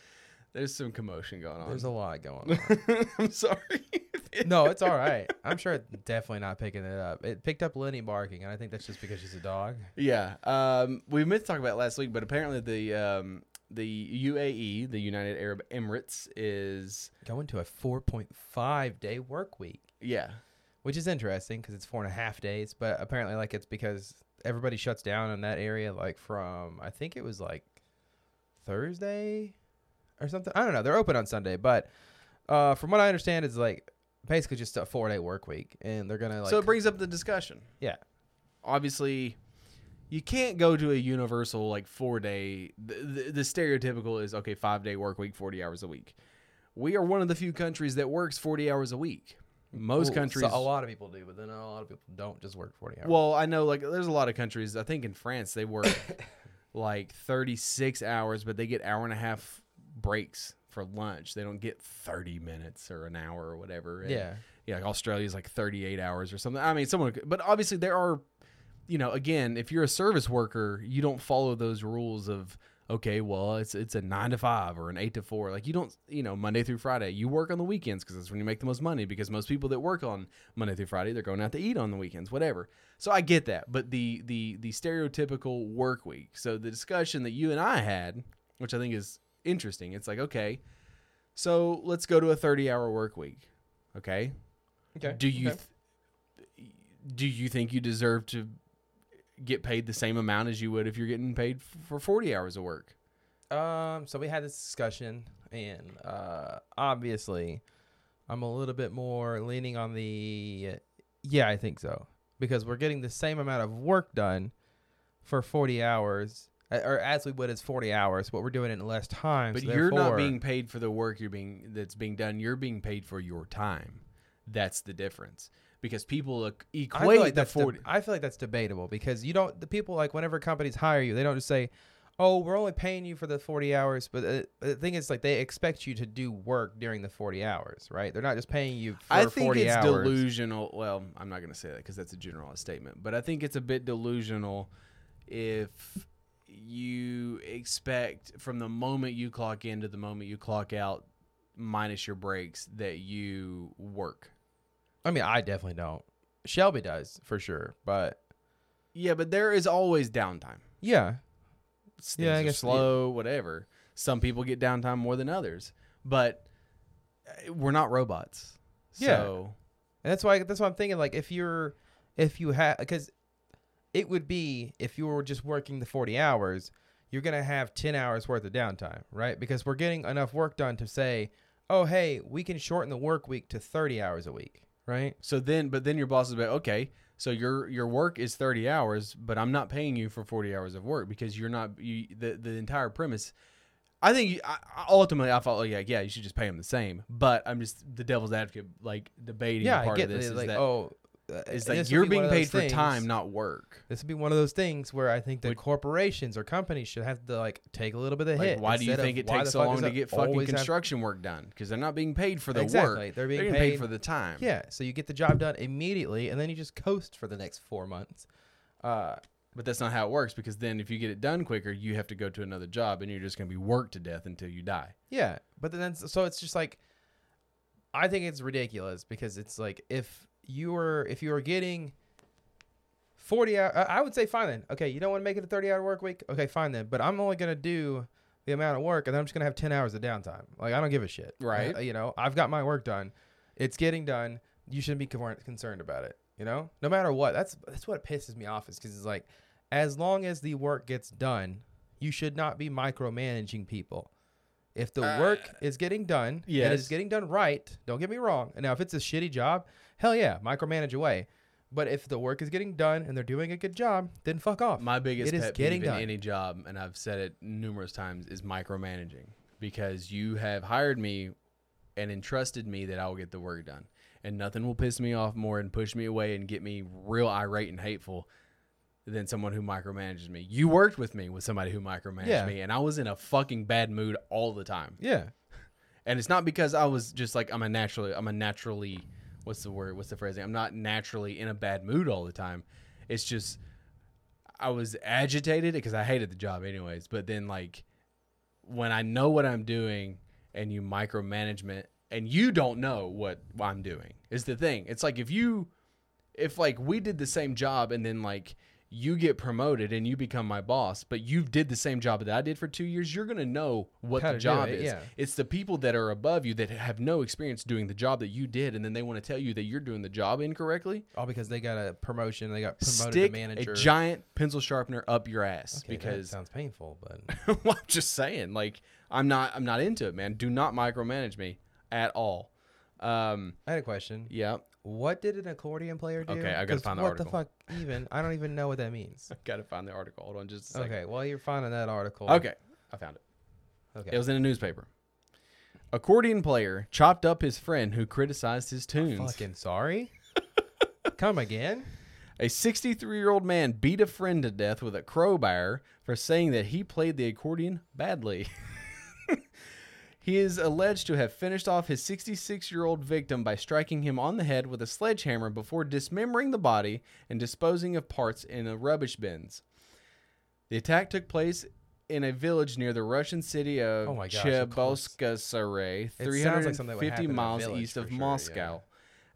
S2: there's some commotion going on.
S1: there's a lot going on
S2: I'm sorry.
S1: no it's all right i'm sure it's definitely not picking it up it picked up lenny barking and i think that's just because she's a dog
S2: Yeah. Um, we meant to talk about it last week, but apparently the um, the UAE, the United Arab Emirates, is
S1: going to a 4.5 day work week,
S2: yeah.
S1: which is interesting because it's four and a half days. But apparently, like, it's because everybody shuts down in that area, like, from I think it was like Thursday or something. I don't know. They're open on Sunday, but uh, from what I understand, it's like basically just a four day work week, and they're gonna like,
S2: so it brings up the discussion.
S1: yeah,
S2: Obviously, you can't go to a universal like four day. The, the, the stereotypical is okay, five day work week, forty hours a week. We are one of the few countries that works forty hours a week. Most
S1: Well, so
S2: countries,
S1: a lot of people do, but then a lot of people don't just work forty hours.
S2: Well, I know like there's a lot of countries. I think in France they work like 36 hours, but they get hour and a half breaks for lunch. They don't get 30 minutes or an hour or whatever. And,
S1: yeah,
S2: yeah, like Australia's like 38 hours or something. I mean, someone, could- but obviously there are, you know, again, if you're a service worker, you don't follow those rules of okay, well, it's it's a nine to five or an eight to four. Like you don't, you know, Monday through Friday. You work on the weekends because that's when you make the most money. Because most people that work on Monday through Friday, they're going out to eat on the weekends, whatever. So I get that, but the the the stereotypical work week. So the discussion that you and I had, which I think is interesting, it's like okay. So let's go to a 30 hour work week. Okay.
S1: okay.
S2: Do you th- do you think you deserve to get paid the same amount as you would if you're getting paid f- for 40 hours of work?
S1: Um, so we had this discussion, and uh, obviously, I'm a little bit more leaning on the yeah, I think so because we're getting the same amount of work done for 40 hours, uh, or as we would as 40 hours, but we're doing it in less time.
S2: But
S1: so
S2: you're not
S1: therefore-
S2: being paid for the work you're being that's being done. You're being paid for your time. That's the difference because people ec-
S1: I feel
S2: equate
S1: like
S2: the
S1: that's deb-
S2: forty.
S1: I feel like that's debatable because you don't the people like whenever companies hire you, they don't just say, "Oh, we're only paying you for the 40 hours." But uh, the thing is like they expect you to do work during the 40 hours, right? They're not just paying you for
S2: I think
S1: 40
S2: it's
S1: hours.
S2: delusional. Well, I'm not going to say that because that's a generalized statement, but I think it's a bit delusional if you expect from the moment you clock in to the moment you clock out, minus your breaks, that you work.
S1: I mean, I definitely don't. Shelby does for sure, but
S2: Yeah, but there is always downtime.
S1: yeah,
S2: s- things
S1: Yeah, I
S2: are
S1: guess-
S2: slow, whatever. Some people get downtime more than others, but uh, we're not robots.
S1: Yeah.
S2: So
S1: And that's why that's why I'm thinking like if you're if you have because it would be if you were just working the 40 hours, you're gonna have 10 hours worth of downtime, right? Because we're getting enough work done to say, oh hey, we can shorten the work week to 30 hours a week, right?
S2: so then but then your boss is like, okay, so your your work is thirty hours, but I'm not paying you for forty hours of work because you're not you the the entire premise. I think you- I, I- ultimately I thought, oh yeah, yeah, you should just pay them the same. But I'm just the devil's advocate, like debating
S1: Yeah, I
S2: part
S1: get
S2: of this
S1: this.
S2: is
S1: Like
S2: that
S1: oh, uh,
S2: is
S1: this
S2: like
S1: would
S2: you're
S1: be one
S2: being
S1: of those
S2: paid for
S1: things-
S2: time, not work.
S1: This would be one of those things where I think that
S2: Would-
S1: corporations or companies should have to like take a little bit of
S2: Like,
S1: hit.
S2: why do you
S1: instead of
S2: think it
S1: why
S2: takes
S1: the
S2: so
S1: fuck
S2: long
S1: does
S2: to
S1: it
S2: get fucking
S1: always have-
S2: construction work done? Because they're not being paid for the
S1: Exactly,
S2: work.
S1: they're being
S2: getting paid,
S1: paid-
S2: for the time.
S1: Yeah, so you get the job done immediately, and then you just coast for the next four months. Uh,
S2: But that's not how it works because then if you get it done quicker, you have to go to another job and you're just going to be worked to death until you die.
S1: yeah, but then it's- so it's just like, I think it's ridiculous because it's like if you were if you were getting forty hour, I I would say fine then. Okay, you don't want to make it a thirty hour work week. Okay, fine then. But I'm only gonna do the amount of work, and then I'm just gonna have ten hours of downtime. Like I don't give a shit.
S2: Right.
S1: Uh, You know, I've got my work done. It's getting done. You shouldn't be con- concerned about it. You know, no matter what. That's that's what pisses me off is because it's like, as long as the work gets done, you should not be micromanaging people. If the work is getting done, and
S2: Uh, yes.
S1: it's getting done right, don't get me wrong. And now, if it's a shitty job, hell yeah, micromanage away. But if the work is getting done and they're doing a good job, then fuck off.
S2: My biggest
S1: It is
S2: pet
S1: getting
S2: peeve in
S1: done.
S2: any job, and I've said it numerous times, is micromanaging because you have hired me and entrusted me that I will get the work done. And nothing will piss me off more and push me away and get me real irate and hateful than someone who micromanages me. You worked with me with somebody who micromanaged
S1: Yeah.
S2: me, and I was in a fucking bad mood all the time.
S1: yeah,
S2: And it's not because I was just like I'm a naturally I'm a naturally what's the word what's the phrasing I'm not naturally in a bad mood all the time. It's just I was agitated because I hated the job anyways. But then like when I know what I'm doing and you micromanagement and you don't know what I'm doing is the thing. It's like if you if like we did the same job and then like you get promoted and you become my boss, but you did the same job that I did for two years, you're gonna know what
S1: How
S2: the
S1: to do
S2: job
S1: it,
S2: is.
S1: yeah.
S2: It's the people that are above you that have no experience doing the job that you did, and then they want to tell you that you're doing the job incorrectly.
S1: all because they got a promotion, they got promoted
S2: Stick
S1: to manager.
S2: a giant pencil sharpener up your ass
S1: Okay, that
S2: because
S1: sounds painful, but
S2: well, I'm just saying, like I'm not I'm not into it, man. Do not micromanage me at all. Um,
S1: I had a question.
S2: yeah,
S1: What did an accordion player do?
S2: Okay, I gotta
S1: 'Cause
S2: find the
S1: what
S2: article.
S1: the fuck? Even I don't even know what that means.
S2: gotta find the article. Hold on, just a second.
S1: okay, well you're finding that article.
S2: Okay, I found it.
S1: Okay.
S2: It was in a newspaper. Accordion player chopped up his friend who criticized his tunes.
S1: Fucking sorry. Come again?
S2: A 63 year old man beat a friend to death with a crowbar for saying that he played the accordion badly. he is alleged to have finished off his 66 year old victim by striking him on the head with a sledgehammer before dismembering the body and disposing of parts in a rubbish bins. The attack took place in a village near the Russian city of
S1: Oh my gosh, of course.
S2: Cheboksary,
S1: It sounds like something that would
S2: 350
S1: happen in a
S2: miles
S1: village
S2: east of
S1: for sure, yeah.
S2: Moscow.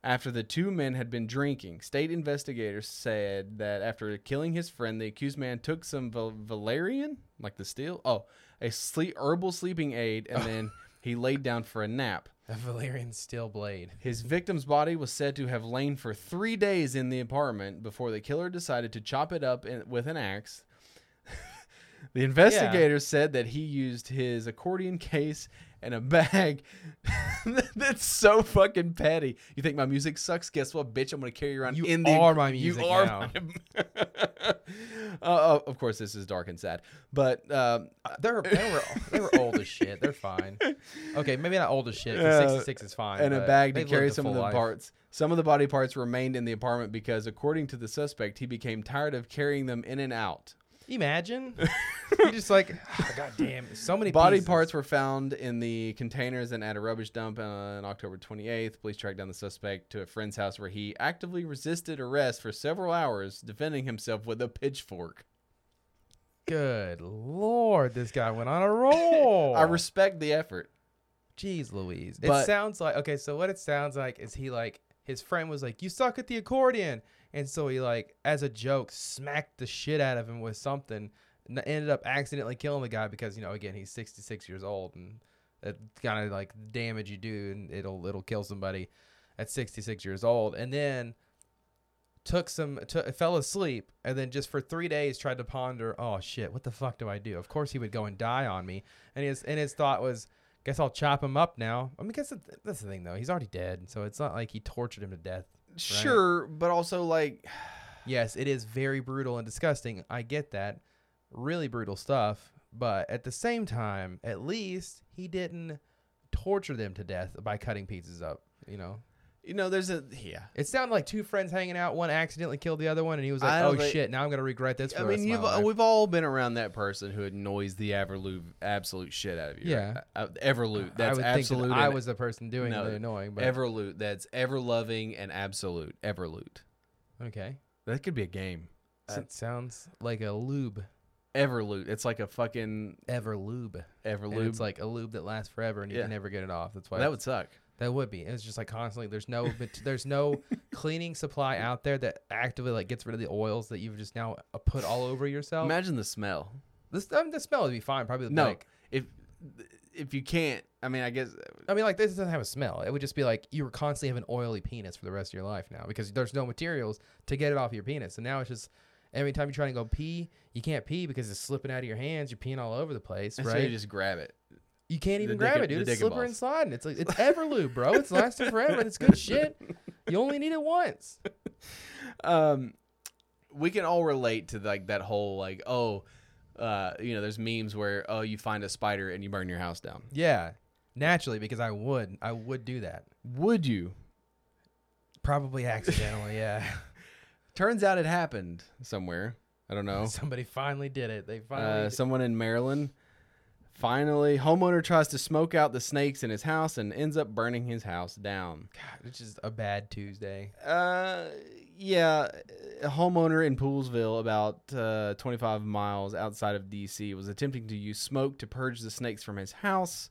S2: After the two men had been drinking, state investigators said that after killing his friend, the accused man took some val- valerian, like the steel, oh, a sleep herbal sleeping aid, and then he laid down for a nap.
S1: A Valerian steel blade.
S2: His victim's body was said to have lain for three days in the apartment before the killer decided to chop it up in, with an axe. The investigators said that he used his accordion case and a bag. That's so fucking petty. You think my music sucks? Guess what, bitch? I'm gonna carry around.
S1: You
S2: in the,
S1: are my music
S2: You are
S1: now.
S2: my- Uh, of course, this is dark and sad, but um,
S1: They're they were they were old as shit. They're fine. Okay, maybe not old as shit. 'cause
S2: Yeah.
S1: 66 is fine.
S2: and a
S1: but
S2: bag to
S1: they've
S2: carry
S1: lived a
S2: some of
S1: full
S2: the
S1: life.
S2: parts. Some of the body parts remained in the apartment because, according to the suspect, he became tired of carrying them in and out.
S1: Imagine. You're just like, "Ah, God damn, so many
S2: Body
S1: pieces."
S2: parts were found in the containers and at a rubbish dump on October 28th. Police tracked down the suspect to a friend's house where he actively resisted arrest for several hours, defending himself with a pitchfork.
S1: Good lord, this guy went on a roll.
S2: I respect the effort.
S1: Jeez Louise.
S2: But-
S1: it sounds like okay, so what it sounds like is he like his friend was like, You suck at the accordion and so he like as a joke smacked the shit out of him with something and that ended up accidentally killing the guy because, you know, again he's sixty six years old and that kind of like damage you do and it'll it'll kill somebody at sixty six years old. And then took some took fell asleep and then just for three days tried to ponder oh shit what the fuck do i do of course he would go and die on me and his and his thought was guess i'll chop him up now i mean guess that- that's the thing though he's already dead so it's not like he tortured him to death
S2: Sure, but also, like,
S1: yes it is very brutal and disgusting i get that really brutal stuff but at the same time at least he didn't torture them to death by cutting pieces up you know
S2: you know, there's a. Yeah.
S1: it sounded like two friends hanging out. One accidentally killed the other one, and he was
S2: I
S1: like,
S2: don't
S1: "Oh
S2: think-
S1: shit! Now I'm gonna regret this." For
S2: I
S1: the
S2: mean,
S1: rest of
S2: you've, uh,
S1: my life."
S2: we've all been around that person who annoys the absolute, absolute shit out of you. right?
S1: Yeah.
S2: Uh, Everloot.
S1: I
S2: That's
S1: would
S2: absolute.
S1: Think that I
S2: and
S1: was the person doing
S2: No,
S1: the annoying, but
S2: Everloot. That's ever loving and absolute. Everloot.
S1: okay.
S2: That could be a game.
S1: That sounds like a lube,
S2: Everloot. It's like a fucking
S1: ever lube. And
S2: Everloot.
S1: It's like a lube that lasts forever, and you
S2: Yeah.
S1: can never get it off. That's why
S2: that would suck.
S1: that would be. It's just like constantly. There's no mat- there's no cleaning supply out there that actively like gets rid of the oils that you've just now uh, put all over yourself.
S2: Imagine the smell.
S1: this I mean, the smell would be fine. Probably
S2: No,
S1: like
S2: if if you can't, I mean, I guess
S1: I mean, like this doesn't have a smell. It would just be like you were constantly having oily penis for the rest of your life now because there's no materials to get it off your penis. And now it's just every time you try to go pee, you can't pee because it's slipping out of your hands. You're peeing all over the place,
S2: so
S1: right?
S2: you
S1: you,
S2: just grab it.
S1: can't
S2: the
S1: even
S2: dick
S1: grab
S2: and-
S1: it, dude.
S2: the
S1: It's
S2: dick and
S1: slippery and
S2: balls.
S1: sliding. It's like it's Everlube, bro. It's lasting forever. and It's good shit. You only need it once.
S2: Um, we can all relate to like that whole like oh, uh, you know, there's memes where oh you find a spider and you burn your house down.
S1: Yeah, naturally because I would, I would do that.
S2: Would you?
S1: Probably accidentally. Yeah,
S2: Turns out it happened somewhere. I don't know.
S1: somebody finally did it. They finally.
S2: Uh, someone in Maryland. Finally, homeowner tries to smoke out the snakes in his house and ends up burning his house down.
S1: God, it's just a bad Tuesday.
S2: Uh, yeah, a homeowner in Poolsville, about uh, 25 miles outside of D.C., was attempting to use smoke to purge the snakes from his house.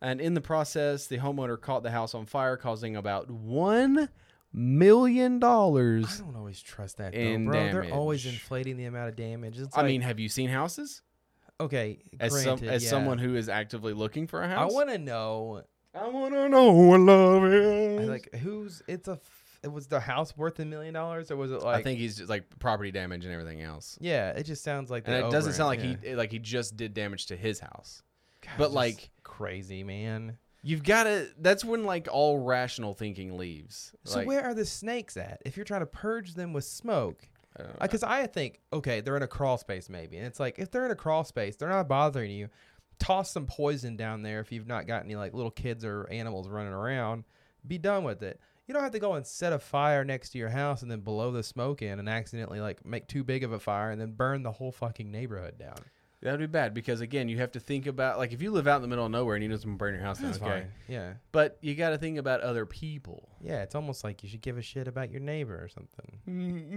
S2: And in the process, the homeowner caught the house on fire, causing about $1 million.
S1: I
S2: I
S1: don't always trust that though,
S2: in
S1: bro. They're always
S2: damage.
S1: inflating the amount of damage. It's like,
S2: mean, have you seen houses?
S1: okay,
S2: As, some,
S1: granted,
S2: as
S1: yeah.
S2: someone who is actively looking for a
S1: I
S2: house?
S1: want to know,
S2: I want to know what love
S1: I
S2: is.
S1: like, who's it's a. f- It was the house worth a million dollars, or was it like?
S2: I think he's just like property damage and everything else.
S1: Yeah, it just sounds like.
S2: And
S1: they're
S2: it doesn't
S1: over
S2: sound like
S1: yeah.
S2: he like he just did damage to his house.
S1: God,
S2: but,
S1: it's just
S2: like-
S1: crazy man.
S2: You've got to. That's when like all rational thinking leaves.
S1: So
S2: Like,
S1: where are the snakes at? If you're trying to purge them with smoke,
S2: I don't know.
S1: because I think okay, they're in a crawl space maybe, and it's like if they're in a crawl space, they're not bothering you. Toss some poison down there if you've not got any like little kids or animals running around. Be done with it. You don't have to go and set a fire next to your house and then blow the smoke in and accidentally like make too big of a fire and then burn the whole fucking neighborhood down.
S2: that'd be bad because again, you have to think about like if you live out in the middle of nowhere and you just burn your house down.
S1: That's
S2: Okay,
S1: fine. Yeah.
S2: but you got to think about other people.
S1: Yeah, it's almost like you should give a shit about your neighbor or something.
S2: Mm,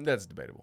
S2: mm, that's debatable.